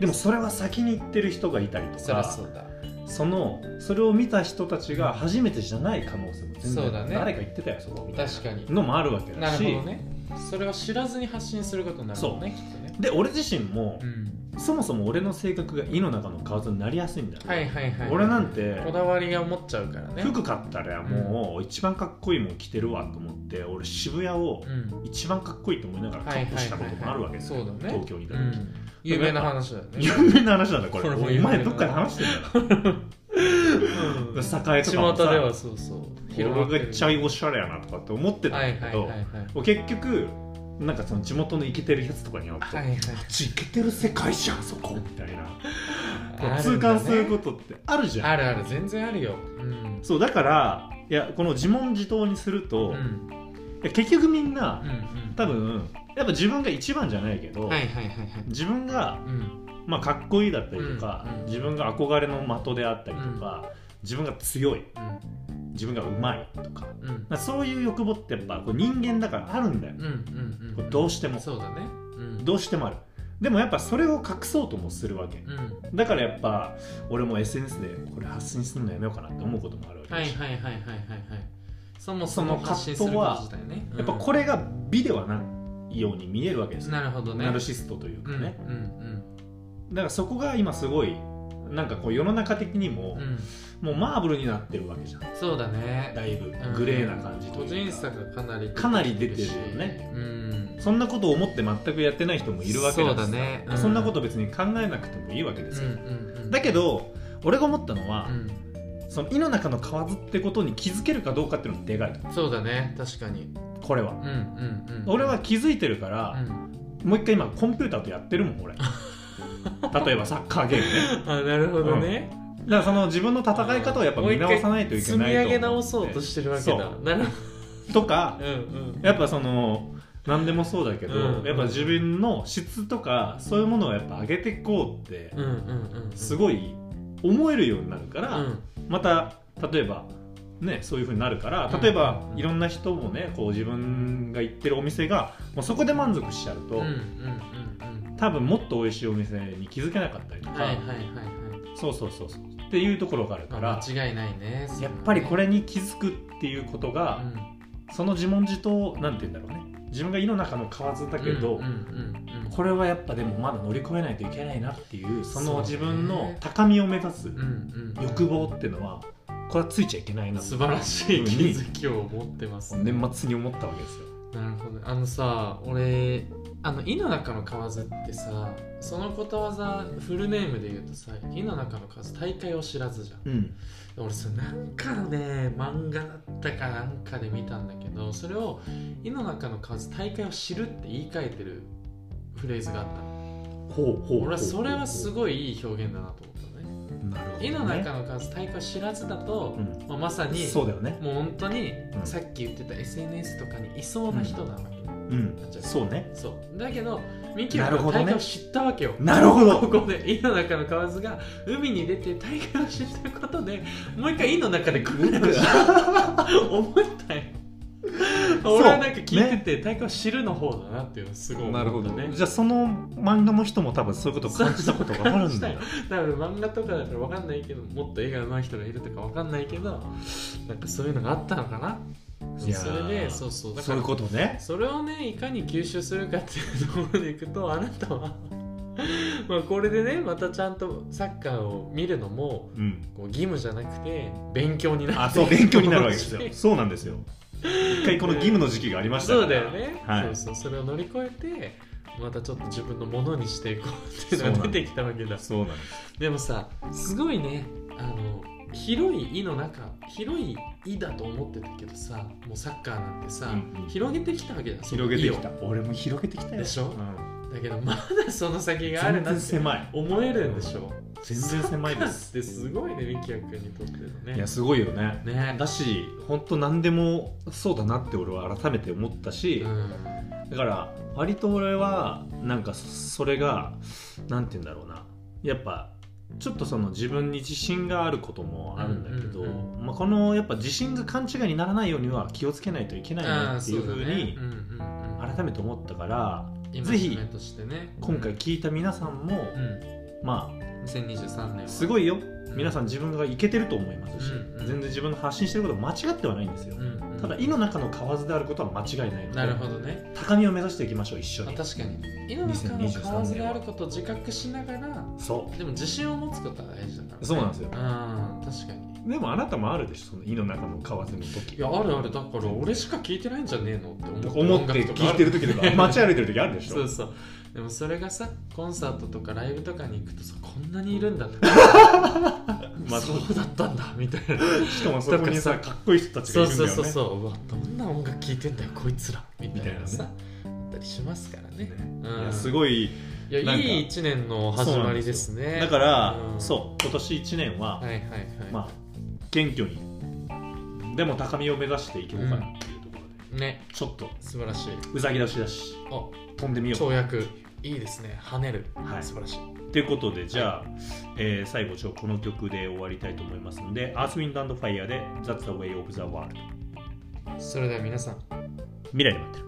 S2: でもそれは先に行ってる人がいたりと
S1: そりゃ
S2: か
S1: そうだ
S2: そのそれを見た人たちが初めてじゃない可能性も全
S1: そう
S2: 然、
S1: だね
S2: 誰か言ってたよそこみたい
S1: 確かに
S2: なのもあるわけだ
S1: なる
S2: し、
S1: ほどねそれは知らずに発信することになるもんねきっとね
S2: で俺自身も
S1: う、ん
S2: そもそも俺の性格が胃の中の蛙になりやすいんだよ、
S1: はいはいはい
S2: 俺なんて
S1: こだわりが思っちゃうからね
S2: 服買ったらもう一番かっこいいもん着てるわと思って俺渋谷を
S1: うん
S2: 一番かっこいいと思いながらカップしたこともあるわけですよ
S1: はいはいはいはい
S2: 東京にいた
S1: う
S2: 時、
S1: ん有名な話だよ ね
S2: 有名な話なんだこれ
S1: これも
S2: お
S1: 有名な
S2: 前どっかで話して ん
S1: うん
S2: だな栄とか
S1: 巷
S2: も
S1: では
S2: さ
S1: そうそう
S2: 俺がめっちゃ
S1: い
S2: おしゃれやなとかって思ってた
S1: は
S2: ん
S1: い
S2: だ
S1: は
S2: け
S1: い
S2: ど
S1: はいはい
S2: もう結局なんかその地元のイケてるやつとかに会うと、
S1: はいはい
S2: あっちイケてる世界じゃんそこみたいな
S1: あるんだね
S2: 痛感することってあるじゃん
S1: あるある全然あるようん
S2: そうだからいやこの自問自答にする
S1: うん
S2: と、
S1: う
S2: い
S1: ん
S2: や結局みんな、
S1: うん
S2: 多分やっぱ自分が一番じゃないけど、
S1: はいはいはいはい
S2: 自分が、
S1: うん
S2: まあ、かっこいいだったりとか、
S1: うんうん
S2: 自分が憧れの的であったりとか、自分が強い自分がうまいとか
S1: うんうん
S2: まあそういう欲望ってやっぱこう人間だからあるんだよ、
S1: うんうん
S2: こ
S1: う
S2: うんどうしても
S1: そうだねうん
S2: どうしてもあるでもやっぱそれを隠そうともするわけ
S1: うん
S2: だからやっぱ俺も SNS でこれ発信するのやめようかなって思うこともあるわけ
S1: は
S2: だ
S1: い
S2: し、
S1: はいはいはいはいはいそもそも
S2: その
S1: 発
S2: 葛
S1: 信
S2: 藤
S1: するこ
S2: は
S1: と自体ね
S2: やっぱこれが美ではないように見えるわけです
S1: うん
S2: よ
S1: なるほどね
S2: ナルシストという
S1: う
S2: か
S1: んうん
S2: ね、だからそこが今すごいなんかこう世の中的にも
S1: うんう、ん
S2: もうマーブルになってるわけじゃん
S1: そうだね
S2: だいぶ
S1: うん
S2: グレーな感じと
S1: 個
S2: い
S1: 人
S2: うか
S1: 差がかなり
S2: かなり出てるよね
S1: うん
S2: そんなことを思って全くやってない人もいるわけだ
S1: そう
S2: し
S1: だねうん
S2: そんなこと別に考えなくてもいいわけですよ、
S1: うんうんうん
S2: だけど俺が思ったのは
S1: う、ん
S2: その胃の中の蛙ってことに気づけるかどうかっていうのがでかいと
S1: そうだね確かに
S2: これは
S1: うん、うんうん
S2: 俺は気づいてるから、
S1: うん
S2: もう一回今コンピューターとやってるもん 俺例えばサッカーゲームね
S1: あなるほどね
S2: だからその自分の戦い方をやっぱ見直さないといけ
S1: 積
S2: な
S1: み
S2: いと思って
S1: 上げ直そうとしてるわけだ
S2: そ
S1: なるほ
S2: とか
S1: どうん
S2: やっぱその何でもそうだけど、
S1: うん
S2: やっぱ自分の質とかそういうものをやっぱ上げていこうって
S1: うんうんうんうんうん
S2: す
S1: ごい
S2: ごい思えるようになるか
S1: う
S2: ら、
S1: ん
S2: また例えばねそういうふうになるから
S1: うん
S2: 例えば、
S1: うん
S2: いろんな人もねこう自分が行ってるお店がもうそこで満足しちゃうと、
S1: うんうんうん
S2: 多分もっと美味しいお店に気づけなかったりと
S1: うん
S2: か、
S1: はいはいはいはい
S2: そうそうそうそうっていうところがあるか
S1: ま
S2: ら
S1: あ。間違いないね
S2: やっぱりこ
S1: れ
S2: れに気づくっていうこと
S1: は
S2: が、
S1: ね
S2: その自問自答なんて言うんだろうね自分が胃の中の蛙だ
S1: うん
S2: け
S1: う
S2: ど、
S1: んうんうん
S2: これはやっぱでもまだ乗り越えないといけないなっていうその
S1: そうね
S2: 自分の高みを目指す
S1: うんうんうん
S2: 欲望っていうのはこれはついちゃいけないな
S1: 素晴らしい気づきを持ってますね
S2: 年末に思ったわけですよ
S1: なるほどあのさ俺あの「井の中の蛙」ってさそのことわざフルネームで言うとさ「井の中の蛙」大会を知らずじゃん
S2: うん
S1: 俺それなんかのね漫画だったかなんかで見たんだけどそれを「井の中の蛙大会を知る」って言い換えてるフレーズがあったの
S2: ほうほう
S1: 俺はそれはす
S2: ご
S1: ごいいい表現だなと思ったのね
S2: なるほど、ね、
S1: 井の中の蛙大会を知らずだと
S2: う、ん
S1: まあまさに
S2: そうだよね
S1: もう本当に
S2: ん
S1: さっき言ってた SNS とかにいそうな人なわけね、
S2: うん
S1: なっちゃう
S2: そうね
S1: そうだけどミキ
S2: なる
S1: は
S2: ほどね
S1: 大会を知ったわけよ、
S2: なるほ
S1: こ
S2: ど
S1: こで井の中のカワが海に出て大会を知ったことでもう一回井の中で 訓練をしたい思ったよ
S2: う
S1: 俺はなんか聞いてて、大会を知るの方だなっていうのすごい思った
S2: な
S1: ね
S2: るほどねじゃあその漫画の人も多分そういうことを感じたことがあるんだよ
S1: 多分漫画とかだから分かんないけどもっと絵が上手い人がいるとか分かんないけどなんかそういうのがあったのかなそ
S2: いやー
S1: れでそうそうだか
S2: そうい
S1: ら
S2: うことね
S1: それをねいかに吸収するかっていうところでいくと あなたはまあこれでねまたちゃんとサッカーを見るのも
S2: うん
S1: こう義務じゃなくて勉強にな
S2: あ
S1: って
S2: そう勉強になるわけ ですよ
S1: そう
S2: そうなんですよ一回この義務の時期がありましたから
S1: そうだよね、
S2: はい
S1: そうそうそれを乗り越えてまたちょっと自分のものにしていこうっていうのが
S2: そうな
S1: 出
S2: ん
S1: てきたわけだ
S2: そうなんです
S1: でもさすごいねあの広い「い」の中広い「い」だと思ってたけどさもうサッカーなんてさ、
S2: うんうん
S1: 広げてきたわけだその
S2: 広げて
S1: 意
S2: きた俺も広げてきたよ
S1: でしょ
S2: うん
S1: をだけどまだその先がある
S2: 全
S1: な
S2: 然
S1: って
S2: 狭い
S1: 思えるんでしょ
S2: 全然狭いです
S1: ですごいねミキヤ君にとっての
S2: い
S1: ね
S2: やすごいよね
S1: ね
S2: だし本当何でもそうだなって俺は改めて思ったし、
S1: うん
S2: だから割と俺はなんかそそれがなんて言うんだろうなやっぱちょっとその自分に自信があることもあるんだけど、
S1: うんうん
S2: まあ、このやっぱ自信が勘違いにならないようには気をつけないといけないな
S1: あー
S2: っていう
S1: そ
S2: ふ
S1: だ
S2: う
S1: ね
S2: に
S1: うんうんうん
S2: 改めて思ったから
S1: 今
S2: ぜひ
S1: 夢としてね
S2: 今回聞いた皆さんも
S1: うん
S2: ま
S1: 2023年は
S2: あす
S1: い
S2: ごいよ皆さん自分がいけてると思いますし
S1: うんうん
S2: 全然自分の発信してること間違ってはないんですよただ「井の中の蛙」であることは間違いない
S1: なる
S2: の
S1: ほ
S2: で
S1: どね
S2: 高みを目指していきましょう一緒
S1: まあ
S2: に
S1: 確かに井の中の蛙があることを自覚しながら
S2: そ
S1: でも自信を持つことは大事だから、
S2: うそうなんですよ
S1: うん確かに
S2: でもあなたもあるでしょその胃の中の蛙の
S1: い
S2: 時
S1: やあるあるだから俺しか聞いてないんじゃねえのって思
S2: 思って聞いてる時とか 街歩いてる時あるでし
S1: そ
S2: ょ
S1: うそうでもそれがさコンサートとかライブとかに行くとさこんなにいるんだって
S2: まあ
S1: そうだったんだみたいな
S2: しかもそこにさ
S1: だ
S2: かっこいい人たち
S1: そ
S2: がいうるん
S1: そうそ
S2: だよ
S1: う
S2: ね
S1: そううわどんな音楽聴いてんだよこいつらみたいなさ
S2: み
S1: あったりしますからね
S2: い
S1: うん
S2: やすごい
S1: いや
S2: なんか
S1: いい1年の始まりですね
S2: だから
S1: うん
S2: そう今年1年は
S1: はいはいはい、
S2: まあ謙虚にでも高みを目指していこうかなっていうところで
S1: ね
S2: ちょっと
S1: 素晴らしいう
S2: さぎ出しだし
S1: あ
S2: 飛んでみよう
S1: 跳躍いいですね跳ねる、
S2: はい
S1: 素晴らしい
S2: ということでじゃあ、えー最後ちょこの曲で終わりたいと思いますので「Earth, Wind and Fire」で「That's the way of the world
S1: それでは皆さん」
S2: 未来で待ってる